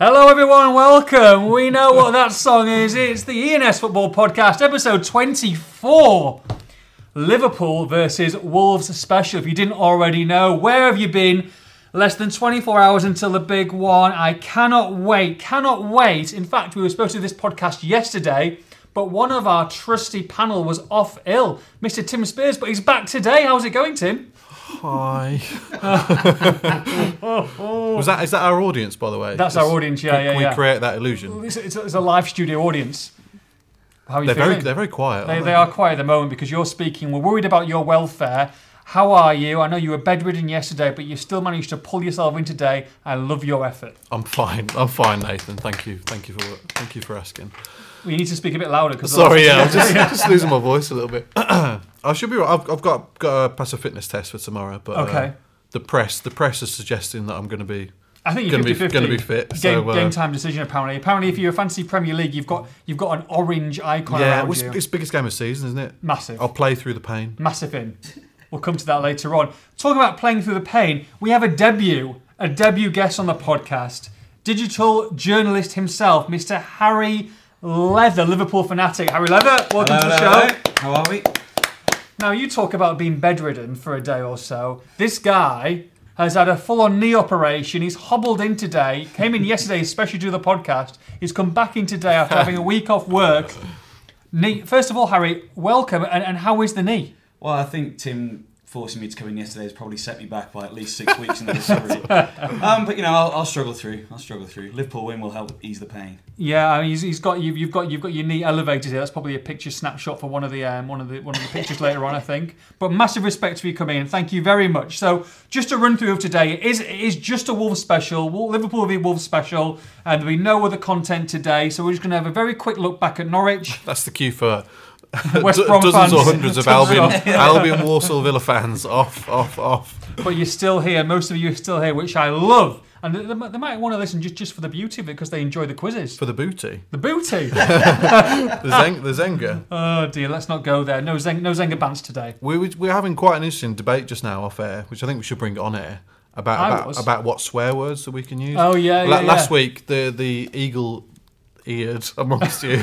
Hello, everyone. Welcome. We know what that song is. It's the ENS Football Podcast, episode 24. Liverpool versus Wolves special. If you didn't already know, where have you been? Less than 24 hours until the big one. I cannot wait. Cannot wait. In fact, we were supposed to do this podcast yesterday, but one of our trusty panel was off ill, Mr. Tim Spears, but he's back today. How's it going, Tim? Hi. Was that is that our audience by the way? That's our audience. Yeah, yeah, We yeah. create that illusion. It's, it's, it's a live studio audience. How are you They're feeling? very they're very quiet. They, aren't they are quiet at the moment because you're speaking. We're worried about your welfare. How are you? I know you were bedridden yesterday, but you still managed to pull yourself in today. I love your effort. I'm fine. I'm fine, Nathan. Tthank you. Thank you for thank you for asking. We need to speak a bit louder because Sorry, yeah, I'm just, just losing my voice a little bit. I should be right. I've, I've got got to pass a fitness test for tomorrow, but uh, Okay. the press the press is suggesting that I'm going to be I think you're Gonna be- 50 gonna be fit, Game, so, uh, game time decision apparently. Apparently, if you're a fancy Premier League, you've got you've got an orange icon yeah. around It's, you. it's biggest game of season, isn't it? Massive. I'll play through the pain. massive in. We'll come to that later on. Talking about playing through the pain, we have a debut, a debut guest on the podcast. Digital journalist himself, Mr. Harry Leather, Liverpool fanatic. Harry Leather, welcome to the show. How are we? Now, you talk about being bedridden for a day or so. This guy has had a full on knee operation. He's hobbled in today, came in yesterday, especially to do the podcast. He's come back in today after having a week off work. Knee, first of all, Harry, welcome. And, and how is the knee? Well, I think Tim forcing me to come in yesterday has probably set me back by at least six weeks in the recovery. um, but you know, I'll, I'll struggle through. I'll struggle through. Liverpool win will help ease the pain. Yeah, I mean, he's, he's got you've, you've got you've got your knee elevated here. That's probably a picture snapshot for one of the um, one of the one of the pictures later on, I think. But massive respect for you coming in. Thank you very much. So just a run through of today it is it is just a Wolves special. Wol- Liverpool will be Wolves special, and there'll be no other content today. So we're just going to have a very quick look back at Norwich. That's the cue for West Do- Brom dozens fans. or hundreds of Dozens Albion, Albion, Warsaw Villa fans off, off, off. but you're still here. Most of you are still here, which I love. And they, they might- they might want to listen just just for the beauty of it because they enjoy the quizzes. For the booty, The booty. the, Zeng- the Zenga. oh dear, let's not go there. No Zeng, no Zenga bants today. We were, we were having quite an interesting debate just now off air, which I think we should bring on air I about was. about, about what swear words that we can use. Oh, yeah, yeah, Last yeah. week, the the eagle eared amongst you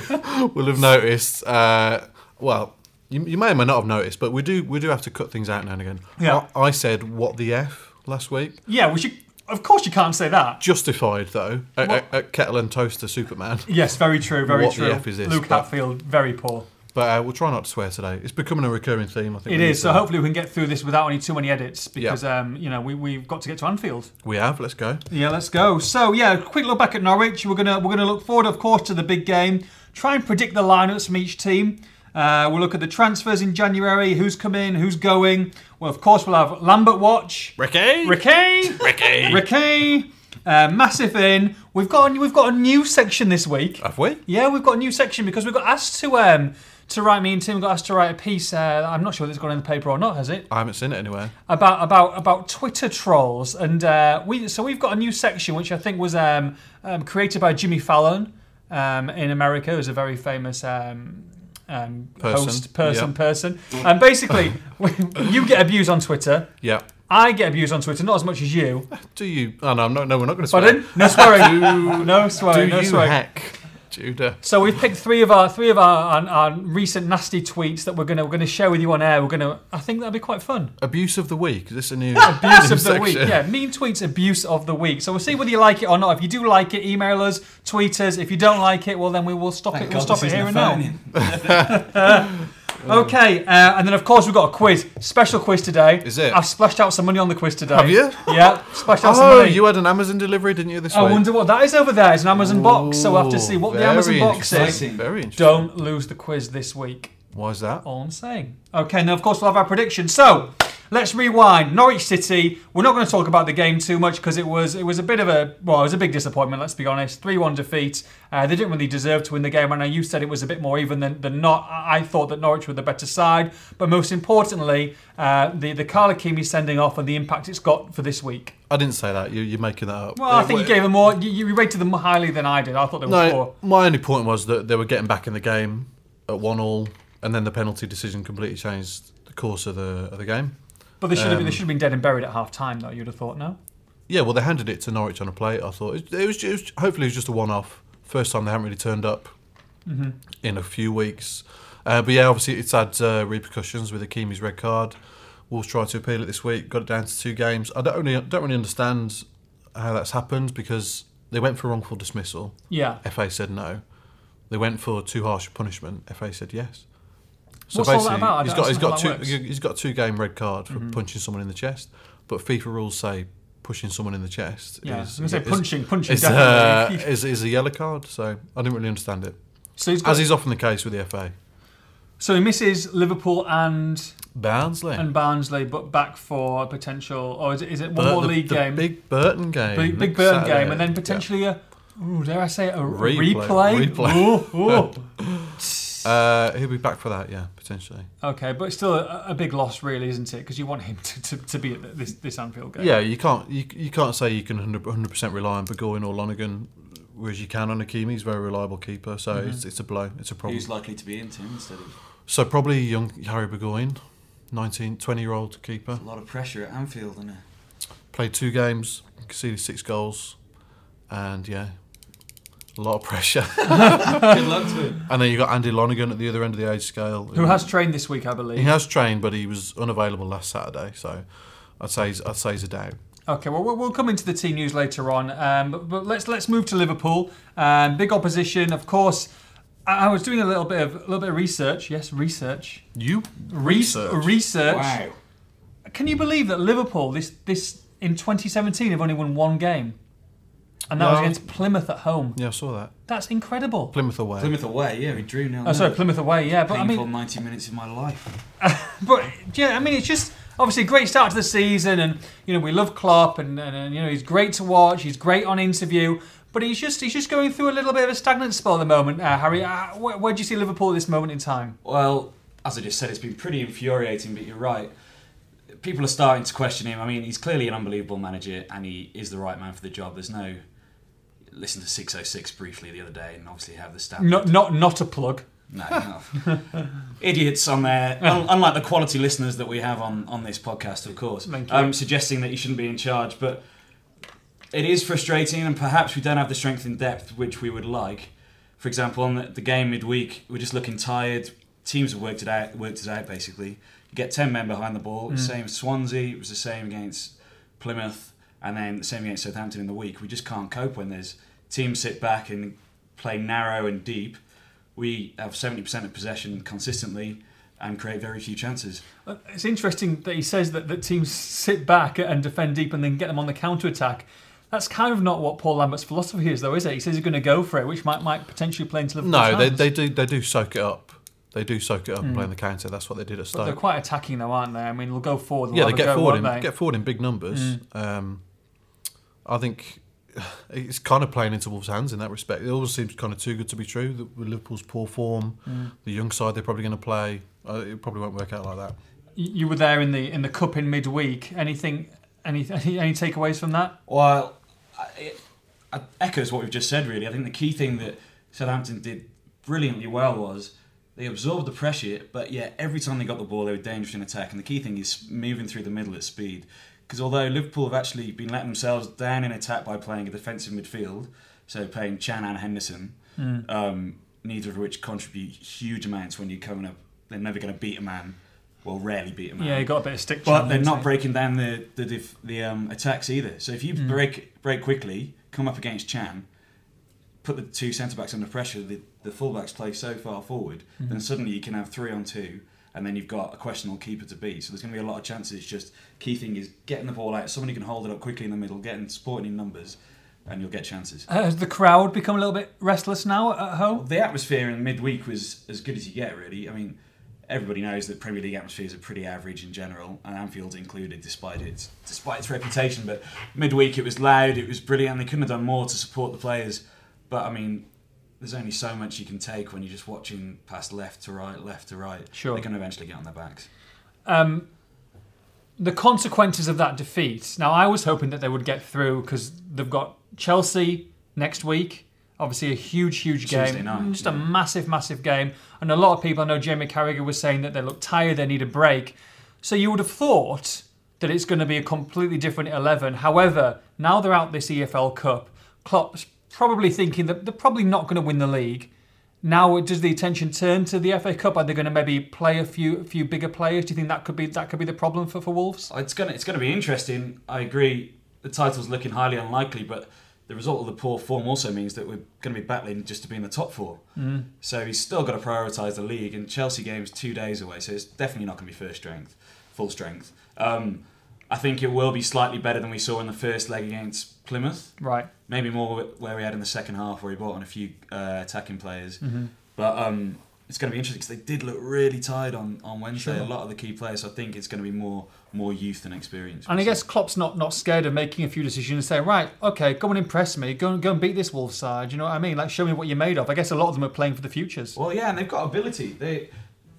will have noticed. Uh, well, you, you may or may not have noticed, but we do we do have to cut things out now and again. Yeah. I, I said what the f last week. Yeah, we should. Of course, you can't say that. Justified though at, at, at kettle and toaster Superman. Yes, very true, very What the true. F is this? Luke But- Hatfield, very poor. But uh, we'll try not to swear today. It's becoming a recurring theme. I think It we need is. So to- hopefully we can get through this without any too many edits because um, you know we we've got to get to Anfield. we have. Let's go. Yeah, let's go. So yeah, a quick look back at Norwich. We're gonna we're gonna look forward, of course, to the big game. Try and predict the lineups from each team. Uh, we'll look at the transfers in January. Who's come in? Who's going? Well, of course, we'll have Lambert watch. Ricky. Ricky. Ricky. Ricky. Uh, massive in. We've got a, we've got a new section this week. Have we? Yeah, we've got a new section because we got asked to um to write me and Tim got asked to write a piece. Uh, I'm not sure if it's gone in the paper or not, has it? I haven't seen it anywhere. About about about Twitter trolls and uh, we so we've got a new section which I think was um, um created by Jimmy Fallon um, in America, who's a very famous. Um, um, Person, host, person, yeah. person, and basically, you get abused on Twitter. Yeah. I get abused on Twitter, not as much as you. Do you? Oh no, I'm not, no, we're not going to swear. Pardon? No swearing. no swearing. Do no you swearing. hack, Judah? So we've picked three of our three of our, our, our recent nasty tweets that we're gonna we're gonna share with you on air. We're gonna I think that'll be quite fun. Abuse of the week. Is this a new Abuse of the section? week, yeah. Mean tweets, abuse of the week. So we'll see whether you like it or not. If you do like it, email us, tweet us. If you don't like it, well then we will stop Thank it. We'll God stop it this here and isn't a now. phone-in. Okay, uh, and then of course we've got a quiz, special quiz today. Is it? I've splashed out some money on the quiz today. Have you? Yeah, splashed out some Oh, money. you had an Amazon delivery, didn't you? This I week. wonder what that is over there. It's an Amazon Oh, box, so we'll have to see what the Very Amazon box is. interesting. Very interesting. Don't lose the quiz this week. Why is that? all I'm saying. Okay, and then of course we'll have our predictions. So let's rewind. Norwich City. We're not going to talk about the game too much because it was it was a bit of a well, it was a big disappointment. Let's be honest. Three one defeat. Uh, they didn't really deserve to win the game. I know you said it was a bit more even than, than not. I I thought that Norwich were the better side, but most importantly, uh, the the Carl Hakimi sending off and the impact it's got for this week. I didn't say that. You, you're making that up. Well, I It- think you gave them more. You, you rated them more highly than I did. I thought they were No, poor. my only point was that they were getting back in the game at one all, and then the penalty decision completely changed the course of the of the game. But they should have been Um, they should have been dead and buried at half time though. You'd have thought no. Yeah, well, they handed it to Norwich on a plate. I thought it, it, was, it was hopefully it was just a one-off. First time they haven't really turned up in a few weeks. Uh, but yeah, obviously it's had uh, repercussions with Akimi's red card. Wolves tried to appeal it this week, got it down to two games. I don't really don't really understand how that's happened because they went for wrongful dismissal. Yeah. FA said no. They went for too harsh a punishment. FA said yes. So What's all that basically, about? I he's don't got he's got two understand how that Mm-hmm. he's got a two game red card for punching someone in the chest, but FIFA rules say pushing someone in the chest Yeah, is, I'm gonna say is- punching, punching is, uh, definitely. is is a yellow card. So I didn't really understand it, so he's got, as is often the case with the FA. so he misses Liverpool and Barnsley and Barnsley, but back for a potential, or is it, is it one Bur- more the- league the game, big, big Burton game, big, next Burn Saturday. game, and then Yeah. potentially a ooh, dare I say it, a Replay, replay? replay. Ooh, ooh. Uh, he'll be back for that, yeah, potentially. okay, but it's still a, a big loss, really, isn't it? Because you want him to, to, to be at this this Anfield game. Yeah, you can't you, you can't say you can 100 percent rely on Burgoyne or Lonergan, whereas you can on Akimi. He's a very reliable keeper, so Mm-hmm. it's, it's a blow, it's a problem. Who's likely to be in Tim instead of So probably young Harry Burgoyne, 19, 20 year old keeper, a lot of pressure at Anfield and uh, a played two games, conceded six goals, and yeah, a lot of pressure. good luck to him. and then you got Andy Lonergan at the other end of the age scale, Who has trained this week, I believe. he has trained, but he was unavailable last Saturday, so I'd say he's, I'd say he's a doubt. Okay, well, we'll we'll come into the team news later on, um, but, but let's let's move to Liverpool. Um, big opposition, of course. I, I was doing a little bit of a little bit of research. Yes, research. You Re- Research. Wow. Can you believe that Liverpool this this in 2017 have only won one game, and that was No. against Plymouth at home. Yeah, I saw that. That's incredible. Plymouth away. Plymouth away, yeah, we drew now. Oh, sorry, Plymouth away. Yeah, but I Painful mean, 90 minutes of my life. But yeah, I mean, it's just obviously a great start to the season, and you know we love Klopp, and, and, and, you know he's great to watch. He's great on interview, but he's just he's just going through a little bit of a stagnant spell at the moment. Uh, Harry, uh, where, where do you see Liverpool at this moment in time? Well, as I just said, it's been pretty infuriating, but you're right. People are starting to question him. I mean, he's clearly an unbelievable manager and he is the right man for the job. There's no. Listen to 606 briefly the other day and obviously have the stat. Not not not a plug. No, no. idiots on there. Un- unlike the quality listeners that we have on, on this podcast, of course, Thank you. um, suggesting that you shouldn't be in charge. But it is frustrating, and perhaps we don't have the strength and depth which we would like. For example, on the, the game midweek, we're just looking tired. Teams have worked it out. Worked it out basically. You get ten men behind the ball. It was the Same as Swansea. It was the same against Plymouth, and then the same against Southampton in the week. We just can't cope when there's teams sit back and play narrow and deep. We have seventy percent of possession consistently and create very few chances. Uh, It's interesting that he says that, that teams sit back and defend deep and then get them on the counter attack. That's kind of not what Paul Lambert's philosophy is, though, is it? He says he's going to go for it, which might might potentially play into Liverpool's No, they, hands. they do they do soak it up. They do soak it up Hmm. and play on the counter. That's what they did at But they're Stoke. quite attacking, though, aren't they? I mean, they'll go forward. They'll Yeah, they have a get go, forward in won't they? get forward in big numbers. Hmm. Um, I think it's kind of playing into Wolves' hands in that respect. It always seems kind of too good to be true. The, with Liverpool's poor form, Hmm. the young side they're probably going to play. Uh, it probably won't work out like that. Y- you were there in the in the cup in midweek. Anything, any any, any takeaways from that? Well, I- it, it echoes what we've just said, really. I think the key thing that Southampton did brilliantly well was they absorbed the pressure, but yet every time they got the ball, they were dangerous in attack. And the key thing is moving through the middle at speed. Because although Liverpool have actually been letting themselves down in attack by playing a defensive midfield, so playing Chan and Henderson, um, neither of which contribute huge amounts when you're coming up, they're never going to beat a man. Well, rarely beat a man. Yeah, you got a bit of stick. But chin, they're didn't not they? breaking down the the, dif- the um, attacks either. So if you break break quickly, come up against Chan, put the two centre backs under pressure, the the full backs play so far forward, then suddenly you can have three on two, and then you've got a questionable keeper to beat. So there's going to be a lot of chances. It's just key thing is getting the ball out. Somebody can hold it up quickly in the middle, getting supporting in numbers, and you'll get chances. Uh, Has the crowd become a little bit restless now at home? The atmosphere in midweek was as good as you get, really. I mean, everybody knows that Premier League atmospheres are pretty average in general, and Anfield's included, despite its despite its reputation. But midweek, it was loud, it was brilliant. They couldn't have done more to support the players. But I mean, there's only so much you can take when you're just watching past left to right, left to right. Sure. they're going to eventually get on their backs. Um, the consequences of that defeat. Now, I was hoping that they would get through because they've got Chelsea next week. Obviously, a huge, huge game. Tuesday night, Just a yeah. massive, massive game. And a lot of people, I know Jamie Carragher was saying that they look tired, they need a break. So you would have thought that it's going to be a completely different 11. However, now they're out this EFL Cup, Klopp's probably thinking that they're probably not going to win the league. Now, does the attention turn to the FA Cup? Are they going to maybe play a few a few bigger players? Do you think that could be that could be the problem for, for Wolves? It's gonna it's gonna be interesting. I agree. The title's looking highly unlikely, but the result of the poor form also means that we're going to be battling just to be in the top four. Mm. So he's still got to prioritise the league, and Chelsea game's two days away, so it's definitely not going to be first strength, full strength. Um, I think it will be slightly better than we saw in the first leg against Plymouth. Right. Maybe more where we had in the second half, where he brought on a few uh, attacking players. Mm-hmm. But um, it's going to be interesting because they did look really tired on, on Wednesday. Sure. A lot of the key players. So I think it's going to be more more youth than experience. And I guess Klopp's not not scared of making a few decisions, saying, right, okay, go and impress me, go and go and beat this Wolves side. You know what I mean? Like, show me what you're made of. I guess a lot of them are playing for the futures. Well, yeah, and they've got ability. They,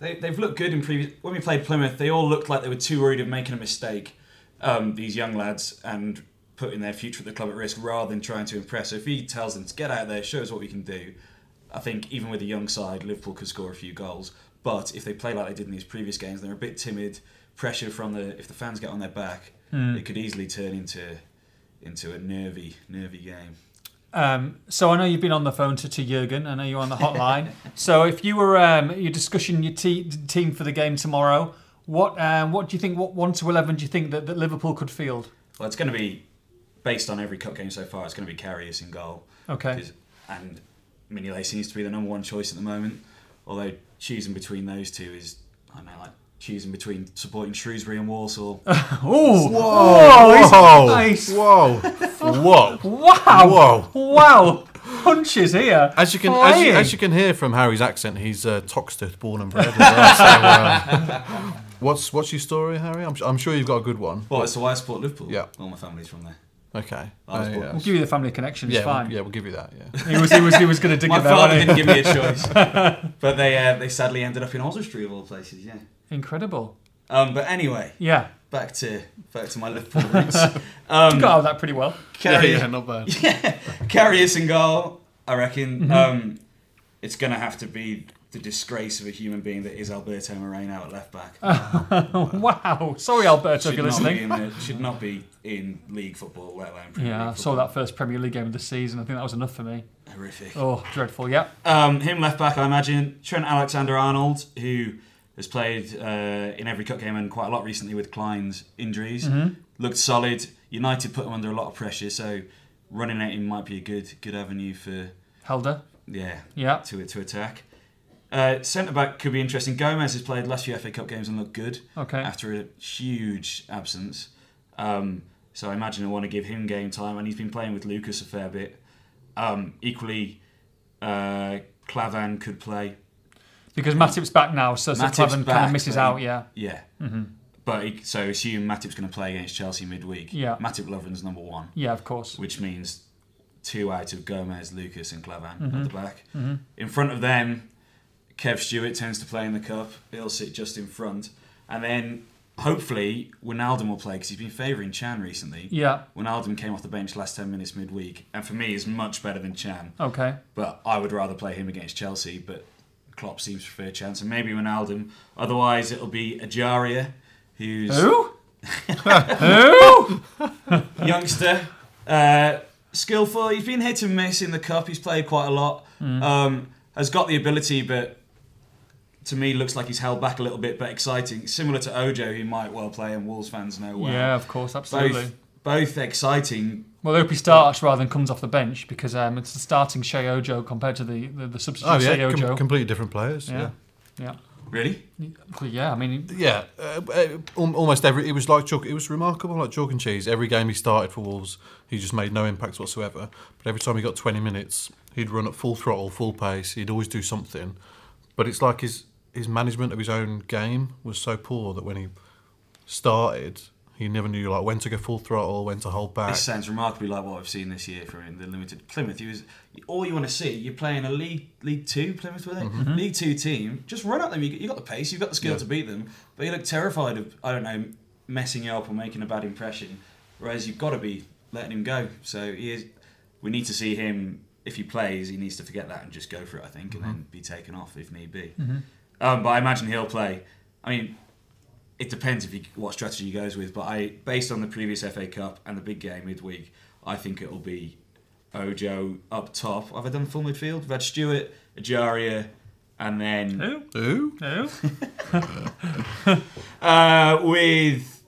they they've looked good in previous. When we played Plymouth, they all looked like they were too worried of making a mistake. Um, these young lads and putting their future at the club at risk rather than trying to impress. So if he tells them to get out there, show us what we can do. I think even with a young side, Liverpool could score a few goals. But if they play like they did in these previous games, they're a bit timid. Pressure from the if the fans get on their back, it could easily turn into into a nervy nervy game. Um, so I know you've been on the phone to, to Jurgen. I know you're on the hotline. so if you were um, you're discussing your te- team for the game tomorrow, what um, what do you think? What one to eleven do you think that, that Liverpool could field? Well, it's going to be based on every cup game so far. It's going to be Carrius in goal. Okay. 'Cause- And Mignolet seems to be the number one choice at the moment. Although choosing between those two is, I don't know, like choosing between supporting Shrewsbury and Walsall. Oh, Whoa! nice. Whoa! Whoa! Wow! Whoa. Wow! Punches here. As you can, as you, as you can hear from Harry's accent, he's uh, Toxteth born and bred. As well, so, uh, what's what's your story, Harry? I'm, su- I'm sure you've got a good one. Well, it's why I support Liverpool. Yeah. All my family's from there. Okay. I was Uh, born- yeah. We'll give you the family connection. It's Yeah, fine. we'll, yeah, we'll give you that. Yeah. He was he was he was going to dig My it there. father wasn't he? didn't give me a choice, but they uh, they sadly ended up in Oswestry Street of all places. Yeah. Incredible. Um, but anyway, Yeah, back to back to my Liverpool roots. Um, got out of that pretty well. Carrius, not bad. Carrius and goal, I reckon. Um, it's going to have to be the disgrace of a human being that is Alberto Moreno at left back. Wow. Sorry, Alberto, if should, you're not be listening. in the, should not be in league football, let alone Premier Yeah, I League saw football. that first Premier League game of the season. I think that was enough for me. Horrific. Oh, dreadful. Yeah. Um, him left back, I imagine. Trent Alexander Arnold, who has played uh, in every cup game and quite a lot recently with Klein's injuries, Mm-hmm. looked solid. United put him under a lot of pressure, so running at him might be a good good avenue for Helder. yeah Yeah. to to attack. Uh, Centre back could be interesting. Gomez has played last few FA Cup games and looked good Okay. after a huge absence. Um, so I imagine I want to give him game time, and he's been playing with Lucas a fair bit. Um, equally, uh, Clavan could play. Because Matip's back now, so so Matip's Clavin kind of back, misses so- out. Yeah. Yeah. Mm-hmm. But he, so assume Matip's going to play against Chelsea midweek. Yeah. Matip Lovren's number one, Yeah, of course. which means two out of Gomez, Lucas, and Clavan Mm-hmm. at the back. In front of them, Kev Stewart tends to play in the cup. He'll sit just in front, and then hopefully Wijnaldum will play because he's been favouring Chan recently. Yeah. Wijnaldum came off the bench last 10 minutes midweek, and for me is much better than Chan. Okay. But I would rather play him against Chelsea, but Klopp seems to prefer Chan, so maybe Wijnaldum. Otherwise, it'll be Ajaria, who's Who? Who? youngster, uh, skillful. He's been hit and miss in the cup. He's played quite a lot. Mm. Um, has got the ability, but to me looks like he's held back a little bit. But exciting, similar to Ojo, who might well play, and Wolves fans know well. Yeah, of course, absolutely. both both exciting. Well, I hope he starts rather than comes off the bench because um, it's the starting Shea Ojo compared to the the, the substitute Oh Shea yeah, Ojo. com- completely different players. yeah. Yeah. Yeah. Really, Well, yeah, I mean, Yeah, uh, uh, al- almost every. It was like chalk. It was remarkable, like chalk and cheese. Every game he started for Wolves, he just made no impact whatsoever. But every time he got twenty minutes, he'd run at full throttle, full pace. He'd always do something. But it's like his his management of his own game was so poor that when he started, he never knew like when to go full throttle, when to hold back. this sounds remarkably like what I've seen this year from him, the limited Plymouth. He was all you want to see. You're playing a league League Two Plymouth with it, League Two team. Just run at them. You you got the pace. You've got the skill to beat them. But you look terrified of I don't know messing you up or making a bad impression. Whereas you've got to be letting him go. So he is. We need to see him if he plays. He needs to forget that and just go for it. I think, and then be taken off if need be. Um, but I imagine he'll play. I mean, it depends if you what strategy you goes with. But I, based on the previous FA Cup and the big game midweek, I think it'll be Ojo up top. Have I done full midfield? I've had Stewart, Ajaria, and then Who? Ooh. Who? uh, with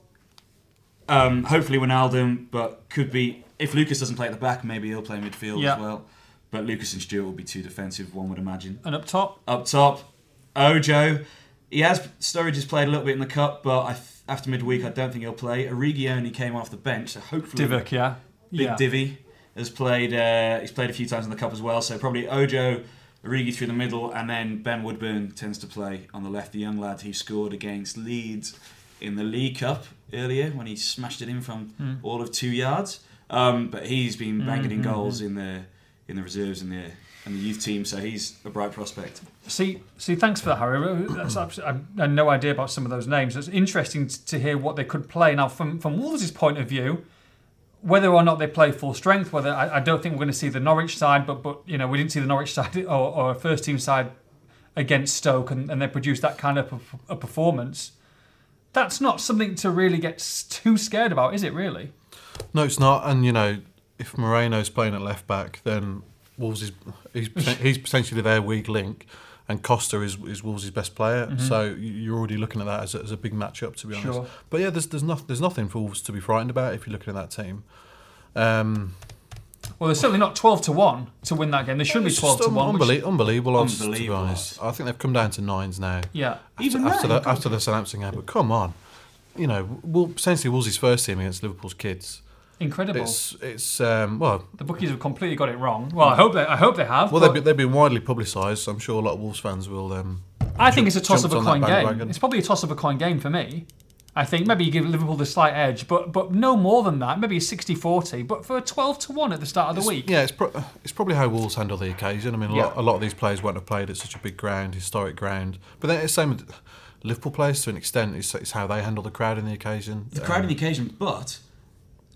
um, hopefully Wijnaldum, but could be if Lucas doesn't play at the back, maybe he'll play midfield Yeah. as well. But Lucas and Stewart will be too defensive, one would imagine. And up top, up top. Ojo, he has Sturridge has played a little bit in the cup, but I th- after midweek I don't think he'll play. Origi only came off the bench, so hopefully Divock, yeah. Big yeah. Divi has played. Uh, he's played a few times in the cup as well, so probably Ojo, Origi through the middle, and then Ben Woodburn tends to play on the left. The young lad who scored against Leeds in the League Cup earlier when he smashed it in from all of two yards. Um, but he's been banging in goals in the in the reserves and the and the youth team, so he's a bright prospect. See, see, thanks for that, Harry. That's abs- I had no idea about some of those names. It's interesting t- to hear what they could play. Now, from, from Wolves' point of view, whether or not they play full strength, whether I, I don't think we're going to see the Norwich side, but but you know we didn't see the Norwich side or, or a first team side against Stoke, and, and they produced that kind of perf- a performance. That's not something to really get s- too scared about, is it? Really? No, it's not. And you know, if Moreno's playing at left back, then Wolves is he's, poten- he's potentially their weak link, and Costa is is Wolves' best player. So you- you're already looking at that as a, as a big matchup, to be honest. Mm-hmm. Sure. But yeah, there's there's, not, there's nothing for Wolves to be frightened about if you're looking at that team. Um, Well, they're certainly not twelve to one to win that game. They shouldn't be it's twelve just to one. unbelie- which- unbelievable odds, to be Unbelievable honest. I think they've come down to nines now. yeah. Even after nine? the after the Southampton game, but come on, you know, well, essentially Wolves' first team against Liverpool's kids. Incredible. It's it's um, well, the bookies have completely got it wrong. Well, I hope they. I hope they have. Well, but- they've been, they've been widely publicised. So I'm sure a lot of Wolves fans will. Um, I think it's a toss of a jumped on coin that game. bandwagon. It's probably a toss of a coin game for me. I think maybe you give Liverpool the slight edge, but but no more than that. Maybe 60-40, but for a 12 to 1 at the start of the week. yeah, it's pro- it's probably how Wolves handle the occasion. I mean, a, lot, Yeah. a lot of these players won't have played at such a big ground, historic ground. But then it's the same with Liverpool players to an extent. It's, it's how they handle the crowd in the occasion. Um, It's a crowding occasion, but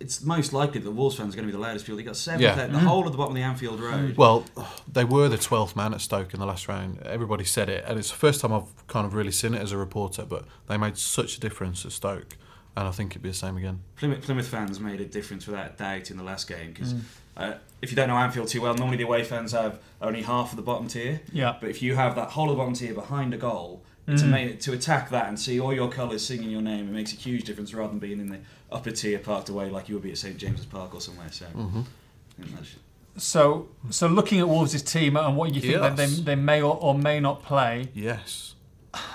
it's most likely that Wolves fans are going to be the loudest people. They got seven, Yeah. Mm-hmm. yeah. the whole of the bottom of the Anfield Road. Well, they were the 12th man at Stoke in the last round. Everybody said it, and it's the first time I've kind of really seen it as a reporter. But they made such a difference at Stoke, and I think it'd be the same again. Plymouth, Plymouth fans made a difference without a doubt in the last game because uh, if you don't know Anfield too well, normally the away fans have only half of the bottom tier. Yeah. But if you have that whole of the bottom tier behind a goal to make to attack that and see all your colours singing your name, it makes a huge difference rather than being in the upper tier parked away like you would be at St James's Park or somewhere. So. I think that's- So so looking at Wolves' team and what you think that they, Yes. they may or, or may not play. Yes.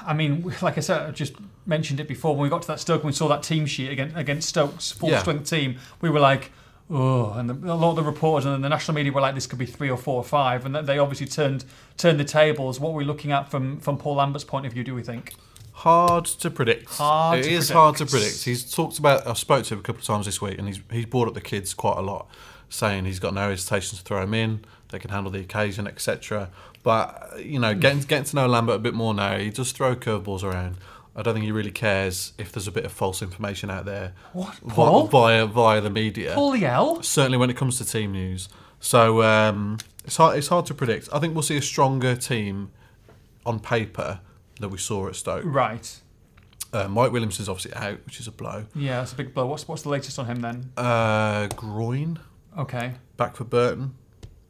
I mean, like I said, I just mentioned it before when we got to that Stoke and we saw that team sheet against, against Stoke's full Yeah. strength team. We were like, oh, and the, a lot of the reporters and the national media were like, this could be three or four or five, and that they obviously turned turned the tables. What we're we looking at from from Paul Lambert's point of view, do we think? Hard to predict. Hard It to is predict. hard to predict. He's talked about. I spoke to him a couple of times this week, and he's he's brought up the kids quite a lot, saying he's got no hesitation to throw them in. They can handle the occasion, etc. But you know, getting getting to know Lambert a bit more now, he does throw curveballs around. I don't think he really cares if there's a bit of false information out there. What, vi- Paul? Via via the media. Paul Yell? Certainly when it comes to team news. So um, it's hard it's hard to predict. I think we'll see a stronger team on paper that we saw at Stoke. Right. Uh, Mike Williamson's obviously out, which is a blow. Yeah, that's a big blow. What's what's the latest on him then? Uh, groin Okay. back for Burton.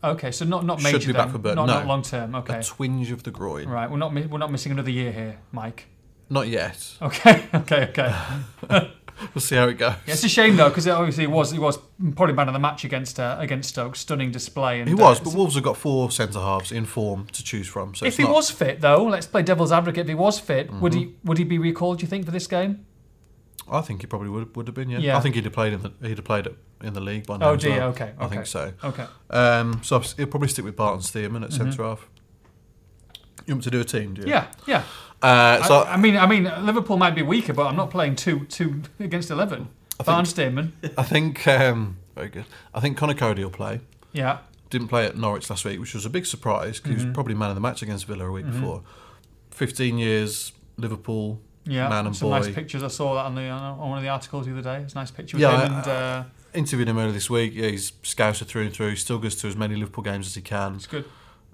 Okay, so not not Should major. be back then. for Burton, Not, no. not long term. Okay. A twinge of the groin. right. We're not mi- we're not missing another year here, Mike. Not yet. Okay. Okay. Okay. We'll see how it goes. Yeah, it's a shame though because obviously he was he was probably man of the match against uh, against Stoke. Stunning display. And He uh, was, but Wolves have got four centre halves in form to choose from. So if it's he not- Mm-hmm. was fit though, let's play devil's advocate. If he was fit, would he would he be recalled? Do you think for this game? I think he probably would, would have been. Yeah. Yeah. I think he'd have played in the he'd have played in the league by now. Oh as dear. well. Okay. I okay. think so. Okay. Um, so obviously he'll probably stick with Barton Stearman at centre half. You want me to do a team? Do you? Mm-hmm. Yeah. Yeah. Uh, so I, I mean, I mean, Liverpool might be weaker, but I'm not playing two two against eleven. Barnstamen. I think um, very good. I think Connor Cody will play. Yeah. didn't play at Norwich last week, which was a big surprise because Mm-hmm. he was probably man of the match against Villa a week before. 15 years, Liverpool, Yeah, man and some boy. nice pictures. I saw that on the on one of the articles the other day. It's a nice picture with Yeah, him I- and uh, Interviewed him earlier this week. Yeah, he's scouted through and through. He still goes to as many Liverpool games as he can. it's good.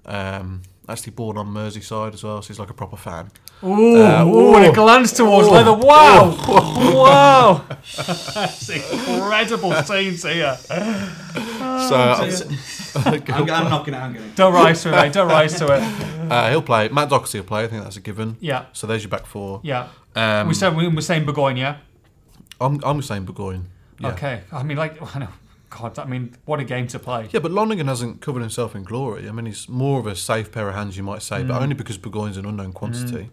Um, actually born on Merseyside as well, so he's like a proper fan. Ooh, Uh, ooh, and a ooh. glance towards Ooh. leather. Wow, wow, that's incredible scenes here. Oh, so dear. I'm, I'm not gonna. I'm gonna. Don't rise to it, mate. Don't rise to it. uh, he'll play. Matt Doherty will play. I think that's a given. Yeah, So there's your back four. yeah. Um, we said we were saying Burgoyne, yeah. I'm I'm saying Burgoyne. Yeah. Okay. I mean, like, I know. God, I mean, what a game to play. Yeah, but Lonergan hasn't covered himself in glory. I mean, he's more of a safe pair of hands, you might say, Mm. but only because Burgoyne's an unknown quantity.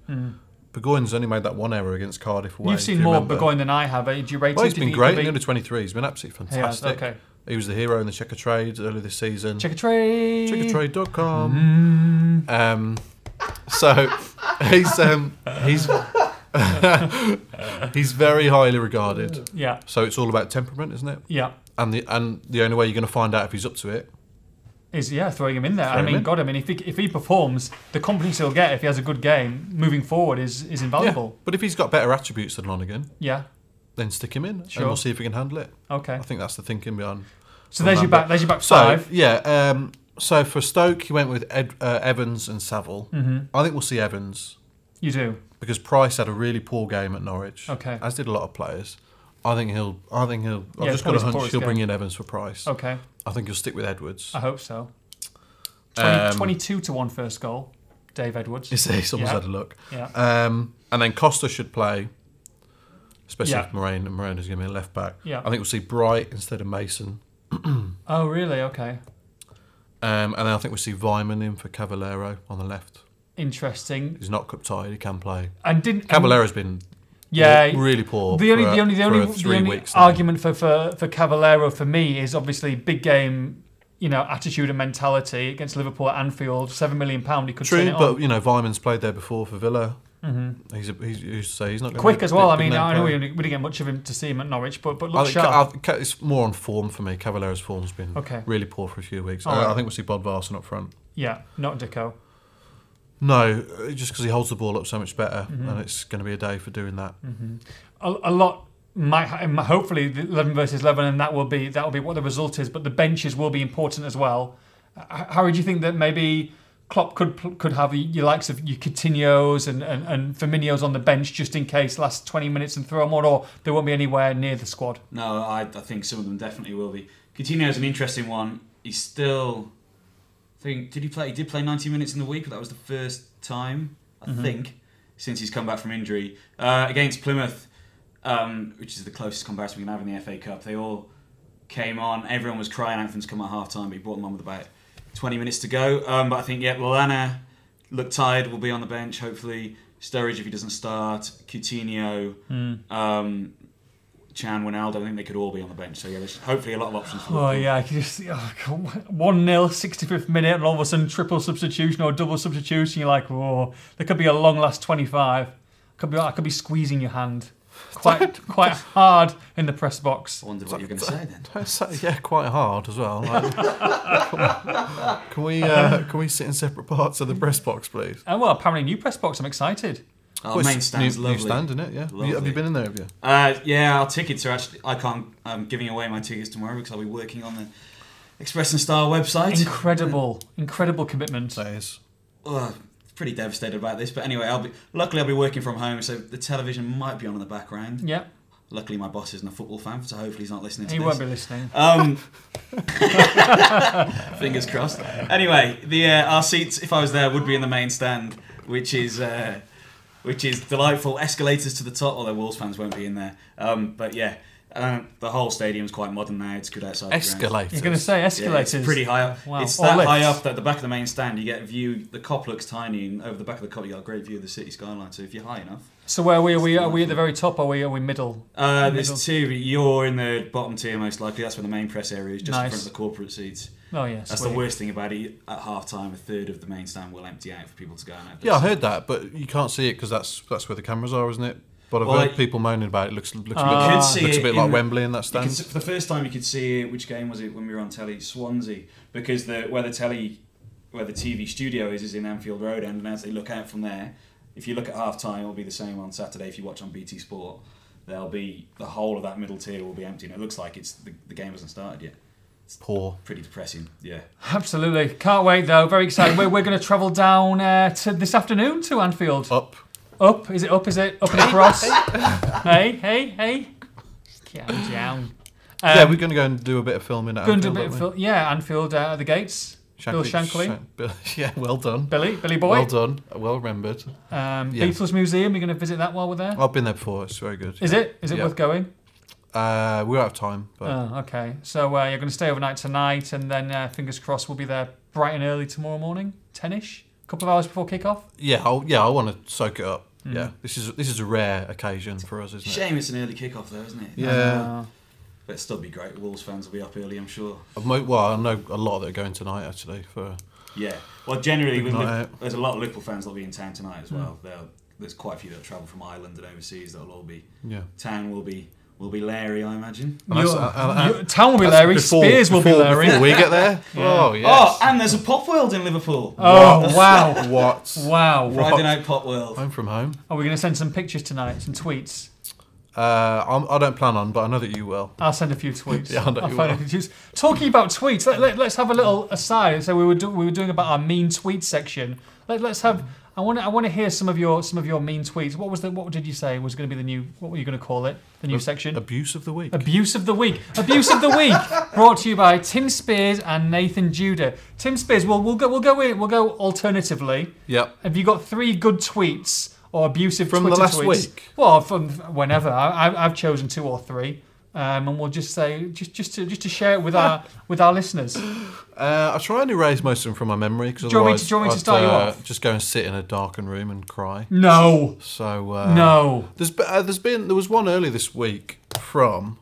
Burgoyne's only made that one error against Cardiff away. You've if seen you more remember. Burgoyne than I have. eh? Do you rate Well, it? he's Do you think been he great could in the under beat- 23. He's been absolutely He has, fantastic. okay. He was the hero in the Checker Trade earlier this season. Check Mm-hmm. a trade. Checkertrade.com. Mm. Um, so he's um, he's he's very highly regarded. Yeah. So it's all about temperament, isn't it? Yeah. And the and the only way you're going to find out if he's up to it Is yeah throwing him in there. I him mean, in. God, I mean, if he, if he performs, the confidence he'll get if he has a good game moving forward is is Yeah. invaluable. But if he's got better attributes than Lonergan, Yeah. then stick him in, Sure. and we'll see if we can handle it. Okay. I think that's the thinking behind. So there's your remember. back. There's your back So five. yeah, um, so for Stoke, he went with Ed, uh, Evans and Saville. Mm-hmm. I think we'll see Evans You do. because Price had a really poor game at Norwich. Okay. as did a lot of players. I think he'll. I think he'll. I've Yeah, just got a Poorest- hunch poorest he'll bring game. in Evans for Price. Okay. Ah. I think he'll stick with Edwards. I hope so. 20, Um, 22 to one first goal. Dave Edwards. You see, someone's Yeah. had a look. Yeah. Um, and then Costa should play, especially Yeah. if Moraine and Moraine is going to be a left back. Yeah. I think we'll see Bright instead of Mason. Oh really? Okay. Um, and then I think we'll see Vyman in for Cavallero on the left. Interesting. He's not cup tied. He can play. And didn't and- Caballero's been Um, Yeah. really poor. The only, for, the only, the only, for the three only weeks now. argument for, for for Cavallero for me is obviously big game, you know, attitude and mentality against Liverpool at Anfield. Seven million pound, he could turn True, it but on. you know, Vyman's played there before for Villa. Mm-hmm. He's, a, he's, he's so he's not gonna Quick be a as well. I big mean, name I know we player. didn't, we didn't get much of him to see him at Norwich, but but I look think, sharp. I think it's more on form for me. Caballero's form's been Okay. really poor for a few weeks. Uh, All I, right. I think we'll see Bob Varson up front. yeah, not Dicko. No, uh, just because he holds the ball up so much better, Mm-hmm. and it's going to be a day for doing that. A, a lot. Might ha- um, hopefully the eleven versus eleven, and that will be that will be what the result is. But the benches will be important as well. H- Harry, do you think that maybe Klopp could pl- could have your likes of your Coutinho's and, and, and Firmino's on the bench just in case last twenty minutes and throw them on, or they won't be anywhere near the squad? No, I, I think some of them definitely will be. Coutinho's an interesting one. He's still. I think did he play? He did play 90 minutes in the week. But that was the first time I Mm-hmm. think since he's come back from injury uh, against Plymouth, um, which is the closest comparison we can have in the FA Cup. They all came on. Everyone was crying out for him to come at half time, but he brought them on with about 20 minutes to go. Um, but I think, yeah, Lallana looked tired, will be on the bench, hopefully. Sturridge, if he doesn't start. Coutinho, Hmm. um, Chan, Wijnaldum, I think they could all be on the bench. So, yeah, there's hopefully a lot of options for Oh Liverpool. yeah, I can just oh, God, one 0 65th minute, and all of a sudden triple substitution or double substitution. You're like, whoa, there could be a long last twenty five. Could be I could be squeezing your hand quite quite hard in the press box. I wondered what you were going to say then. Don't say- uh, yeah, quite hard as well. like- can we uh, can we sit in separate parts of the press box, please? Oh well, apparently new press box. I'm excited. Our Well, it's main stand's new, lovely. New stand, isn't it? Yeah. Have you- Have Lovely. you been in there? Have you? Uh, yeah, our tickets are actually. I can't. I'm giving away my tickets tomorrow because I'll be working on the Express and Star website. Incredible, incredible commitment. That is. Ugh, pretty devastated about this, but anyway, I'll be. Luckily, I'll be working from home, so the television might be on in the background. Yeah, Luckily, my boss isn't a football fan, so hopefully he's not listening to he this. won't be listening. Um, fingers crossed. Anyway, the uh, our seats, if I was there, would be in the main stand, which is uh, which is delightful. Escalators to the top, although Wolves fans won't be in there. Um, but yeah, um, the whole stadium's quite modern now. It's good outside. The ground. You're Escalators. going to say Yeah, escalators? it's pretty high up. Wow. It's Or that high lifts. up that the back of the main stand you get a view. The cop looks tiny, and over the back of the cop you got a great view of the city skyline. So if you're high enough, So where are we? Are we, are we at the very top? Are we? Are we middle? uh, Middle. there's two. but You're in the bottom tier most likely. That's where the main press area is, just in Nice. front of the corporate seats. Oh yes. That's the worst thing about it. At half time, a third of the main stand will empty out for people to go and have Yeah, I this. heard that, but you can't see it because that's that's where the cameras are, isn't it? But I've Well, heard like- people moaning about it. Looks looks, You a, could bit, see looks it a bit like in- Wembley in that You could stand. s- for the first time, you could see it. Which game was it when we were on telly? Swansea, because the where the telly, where the TV studio is, is in Anfield Road end, and as they look out from there, if you look at half time, it'll be the same on Saturday. If you watch on BT Sport, there'll be the whole of that middle tier will be empty, and it looks like it's the, the game hasn't started yet. poor. Pretty depressing. Yeah. Absolutely. Can't wait though. Very excited. We're, we're going to travel down uh, to this afternoon to Anfield. Up. Up? Is it up? Is it up and across? hey, hey, hey. Get down. yeah, Um, we're going to go and do a bit of filming. At Going to Anfield, a bit of aren't fil- yeah, Anfield uh, at the gates. Bill we? Shankly. Shank- Bill- yeah, well done. Billy, Billy Boy. Well done. Well remembered. Um, Yeah. Beatles Museum. You're going to visit that while we're there. Is I've been there before. It's very good. it? Is it Yeah. worth going? Uh, we're out of time, but Oh, okay. So uh, you're going to stay overnight tonight, and then uh, fingers crossed we'll be there bright and early tomorrow morning, ten-ish, a couple of hours before kickoff. yeah, I'll, yeah, I want to soak it up. Mm. Yeah, this is this is a rare occasion for us, isn't it? Shame it's an early kickoff though, isn't it? Yeah. Uh, But it'll still be great. Wolves fans will be up early, I'm sure. I've mo- well, I know a lot that are going tonight actually. For Yeah. Well, generally, with night Hmm. Liv- out. there's a lot of Liverpool fans that'll be in town tonight as well. They'll, there's quite a few that travel from Ireland and overseas that'll all be. yeah, Town will be will be Larry, I imagine. And that's- your- uh, uh, your town will be That's Larry. before- Spears will be before- Larry. Before we get there. Oh Oh, yes. and there's a pop world in Liverpool. Oh wow, what? wow. Friday what? night pop world. Home from home. Are we going to send some pictures tonight? Some tweets? Uh, I'm, I don't plan on, but I know that you will. I'll send a few tweets. Yeah, I know I'll you find a will. few tweets. Talking about tweets, let, let, us have a little aside. So we were do, we were doing about our mean tweet section. Let, let's have. I want to I want to hear some of your some of your mean tweets. What was the what did you say was going to be the new what were you going to call it the new section? Abuse of the week. Abuse of the week. Abuse of the week. Brought to you by Tim Spears and Nathan Judah. Tim Spears. We'll we'll go we'll go in, we'll go alternatively. yep. Have you got three good tweets or abusive From the Twitter last tweets? week? Well, from whenever. I, I, I've chosen two or three, um, and we'll just say just just to just to share it with our with our listeners. Uh, I try and erase most of them from my memory because Do you want me to- otherwise do you want me to I'd, start you uh, off? Just go and sit in a darkened room and cry. No, So uh, no. There's be- uh, there's been there was one earlier this week from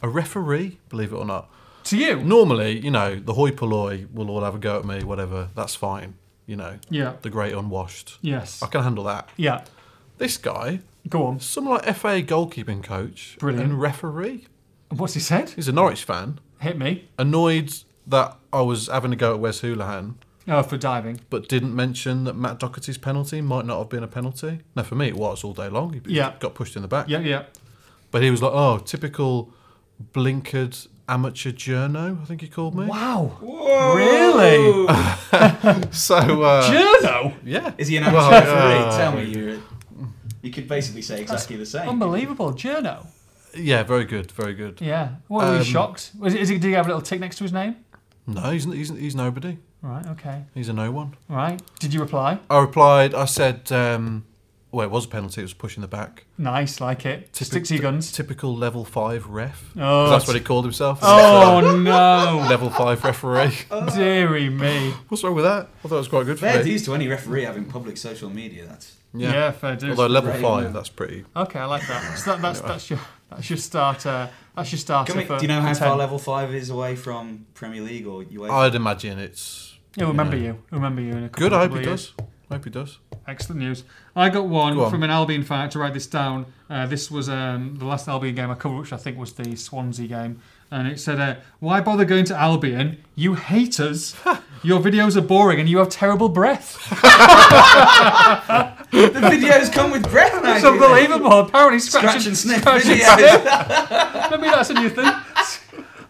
a referee, believe it or not. To you? Normally, you know, the hoi polloi will all have a go at me, whatever. That's fine. You know, Yeah. the great unwashed. Yes. I can handle that. Yeah. This guy, Go on. some like FA goalkeeping coach Brilliant. and referee. What's he said? He's a Norwich fan. Hit me. Annoyed that I was having a go at Wes Houlihan, Oh, for diving. but didn't mention that Matt Doherty's penalty might not have been a penalty. No, for me it was all day long. He Yeah. got pushed in the back. Yeah, yeah. But he was like, oh, typical blinkered amateur journo, I think he called me. Wow. Really? So, uh, Journo. yeah. Is he an amateur Well, referee? uh, Tell me you're. You could basically say exactly the same. Unbelievable, Journo. Yeah, very good, very good. Yeah. What were you Um, shocked? Was it, is he, did he have a little tick next to his name? No, he's, he's, he's nobody. Right. Okay. He's a no one. Right. Did you reply? I replied, I said, um, well, it was a penalty, it was pushing the back. Nice, like it. Typi- Stick to your guns. Typical level five ref. Oh. that's what he called himself. Oh no, Level five referee. dearie me. What's wrong with that? I thought it was quite good for Fair me. dues to any referee having public social media. That's Yeah, fair dues. Although level Right, five, yeah. that's pretty. Okay, I like that. So that, that's that's your that's your starter. That's your starter. Can we, for, do you know how for far 10. level five is away from Premier League or UEFA? I'd imagine it's. He'll remember know. you. He'll remember you in a couple Good, I of hope he years. does. I hope he does. Excellent news. I got one Go on. from an Albion fan. I had to write this down. Uh, this was um, the last Albion game I covered, which I think was the Swansea game. And it said, uh, "Why bother going to Albion? You hate us. Your videos are boring, and you have terrible breath. the videos come with breath now. It's do they? Oh, unbelievable. Apparently, Scratch scratching and sniff scratch and videos. Maybe that's a new thing.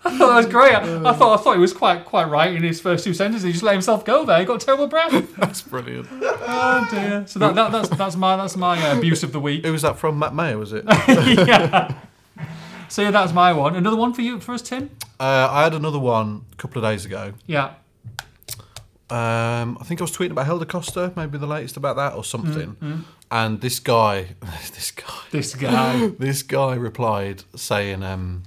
I thought that was great. I, I thought I thought he was quite quite right in his first two sentences. He just let himself go there. He got terrible breath. That's brilliant. Oh dear. So that, that that's that's my that's my uh, abuse of the week. Who was that from? Matt Mayer, was it? Uh, yeah. So yeah, that's my one. Another one for you for us, Tim. Uh, I had another one a couple of days ago. Yeah. Um, I think I was tweeting about Helder Costa, maybe the latest about that or something. Mm, And this guy, this guy, This guy. this guy replied saying, um,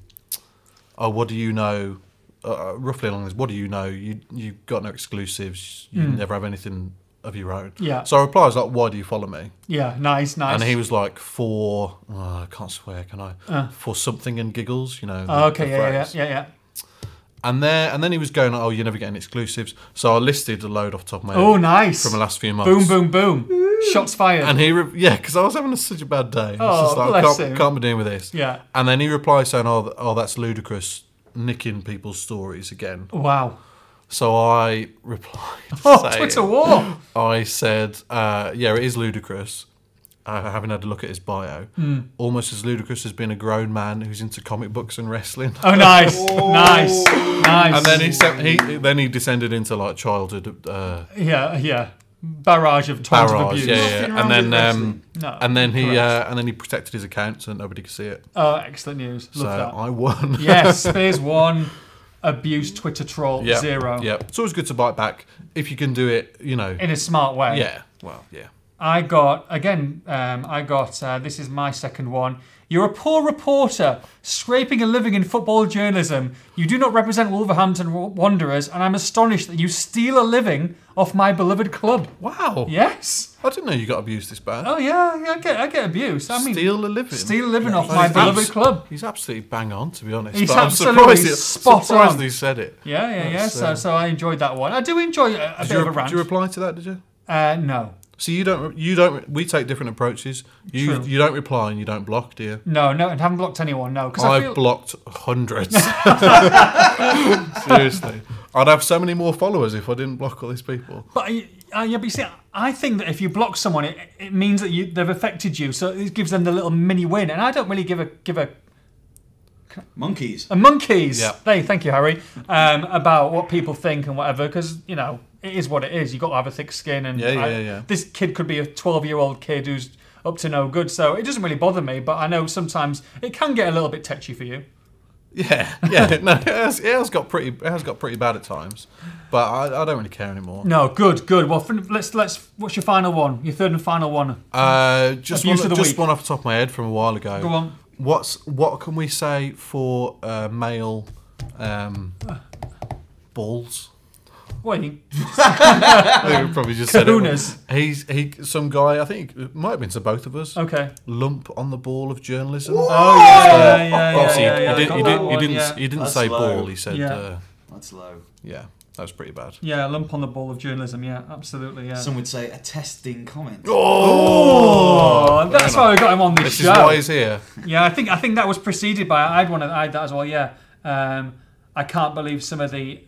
"Oh, what do you know?" Uh, uh, roughly along this, what do you know? You you've got no exclusives. You never have anything of your own. Hmm. Yeah. So I replied, I was like, "Why do you follow me?" Yeah. Nice. Nice. And he was like, "For oh, I can't swear, can I? For something and giggles, you know." the- Uh. Oh, okay. the Yeah, yeah. phrase. Yeah. Yeah. Yeah. And there, and then he was going, "Oh, you're never getting exclusives." So I listed a load off the top of my head Oh, nice. from the last few months. boom. Boom. Boom. Shots fired. And he, re- yeah, because I was having such a bad day. I was Oh, just like, I bless can't, him. can't be dealing with this. Yeah. And then he replies saying, "Oh, th- oh, that's ludicrous, nicking people's stories again." wow. So I replied, Oh, saying, Twitter war. I said, uh, "Yeah, it is ludicrous." uh, having had a look at his bio, Hmm. almost as ludicrous as being a grown man who's into comic books and wrestling. Oh, nice, nice, nice. And then he, se- he then he descended into like childhood uh, yeah, yeah, barrage of taunts of barrage, abuse. yeah, Nothing yeah. wrong and then with um, No, and then he uh, correct. and then he protected his account so that nobody could see it. Oh, excellent news. Love so that. I won. yes, there's one abuse Twitter troll Yeah, zero Yeah, it's always good to bite back if you can do it. You know. in a smart way. yeah. Well, yeah. I got again. Um, I got uh, this is my second one. You're a poor reporter scraping a living in football journalism. You do not represent Wolverhampton Wa- Wanderers, and I'm astonished that you steal a living off my beloved club. Wow. Yes. I didn't know you got abused this bad. Oh yeah, yeah I get I get abuse. I mean, steal a living. steal a living off He's my abs- beloved club. He's absolutely bang on, to be honest. He's but I'm absolutely surprised he- spot surprised on. he said it. Yeah, yeah, yeah. That's, So, uh, so I enjoyed that one. I do enjoy uh, a, a bit Did you, of a re- rant. did you reply to that? Did you? uh, no, So you don't. You don't. We take different approaches. You True. you don't reply and you don't block, do you? no, no, and haven't blocked anyone. No, because I I've feel blocked hundreds. Seriously, I'd have so many more followers if I didn't block all these people. But I- I- yeah, but you see, I think that if you block someone, it, it means that you, they've affected you, so it gives them the little mini win. And I don't really give a give a, Monkeys. a monkeys. Yeah. Hey, thank you, Harry, um, about what people think and whatever, because you know it is what it is. You got to have a thick skin, and Yeah, yeah, I- yeah, yeah. This kid could be a twelve-year-old kid who's up to no good, so it doesn't really bother me. But I know sometimes it can get a little bit touchy for you. Yeah, yeah. No, it has, it has got pretty. It has got pretty bad at times, but I, I don't really care anymore. No, good, good. Well, fin- let's let's. What's your final one? Your third and final one? Uh, just one, Abuse of the just week. one off the top of my head from a while ago. Go on. What's what can we say for uh, male um, balls? What? you- I think we probably just said it. Oh, Kahunas. He's he some guy. I think it might have been to both of us. Okay. Lump on the ball of journalism. Uh, Oh yeah, yeah, yeah. Obviously, yeah, yeah, he, got didn't, he, that didn't, he one, didn't. yeah. He didn't That's say low. ball. He said, Yeah. yeah. Uh, That's low. yeah, that was pretty bad. Yeah, lump on the ball of journalism. Yeah, absolutely. Yeah. Some would say a testing comment. oh, that's why we got him on this, This show. is why he's here. yeah, I think I think that was preceded by I had one. I had that as well. Yeah. Um, I can't believe some of the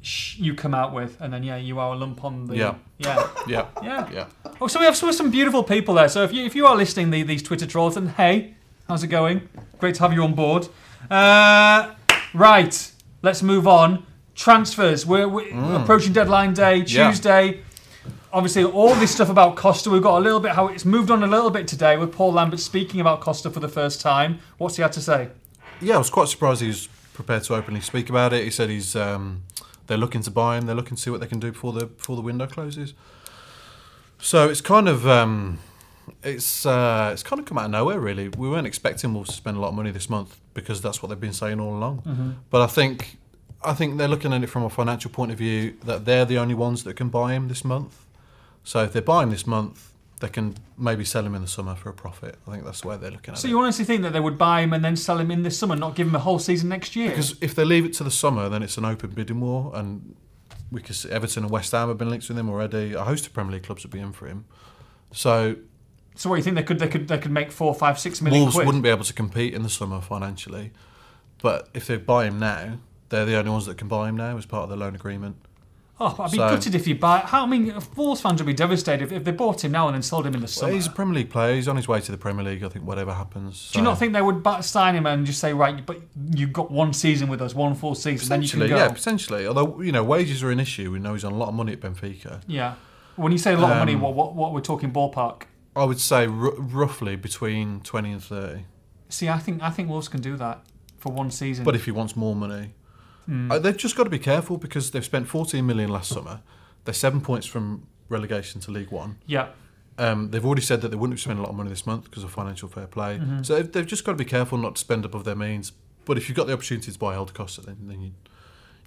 sh- you come out with, and then yeah, you are a lump on the Yeah. yeah. Yeah, Yeah. yeah. Oh, so we have some, some beautiful people there. So if you if you are listening the, these Twitter trolls, then hey, how's it going? Great to have you on board. Uh, right, let's move on. Transfers. We're, we're approaching deadline day Mm. Yeah. Tuesday. Obviously, all this stuff about Costa. We've got a little bit how it's moved on a little bit today with Paul Lambert speaking about Costa for the first time. What's he had to say? Yeah, I was quite surprised he was prepared to openly speak about it. He said he's um, they're looking to buy him. They're looking to see what they can do before the before the window closes. So it's kind of um, it's uh, it's kind of come out of nowhere. Really, we weren't expecting Wolves to spend a lot of money this month because that's what they've been saying all along. Mm-hmm. But I think I think they're looking at it from a financial point of view that they're the only ones that can buy him this month. So if they buy him this month, they can maybe sell him in the summer for a profit. I think that's the way they're looking at it. So you honestly think that they would buy him and then sell him in this summer, not give him a whole season next year? Because if they leave it to the summer, then it's an open bidding war, and we could see Everton and West Ham have been linked with him already. A host of Premier League clubs would be in for him. So so what you think they could they could they could make four, five, six million Wolves quid? wouldn't be able to compete in the summer financially. But if they buy him now, they're the only ones that can buy him now as part of the loan agreement. Oh, I'd be So- gutted if you buy. How I mean, Wolves fans would be devastated if, if they bought him now and then sold him in the So summer. he's a Premier League player. He's on his way to the Premier League. I think whatever happens. Do you not think they would ba- sign him and just say, right, but you've got one season with us, one full season, then you can Potentially, go? yeah, potentially. Although you know, wages are an issue. We know he's on a lot of money at Benfica. Yeah. When you say a lot of money, Um, what what what we're talking ballpark? I would say r- roughly between twenty and thirty. See, I think I think Wolves can do that for one season. But if he wants more money, Mm. Uh, they've just got to be careful because they've spent 14 million last summer. They're seven points from relegation to League One. yeah, Um, they've already said that they wouldn't spend a lot of money this month because of financial fair play. Mm-hmm. So they've, they've just got to be careful not to spend above their means. But if you've got the opportunity to buy Elder Costa, then, then you,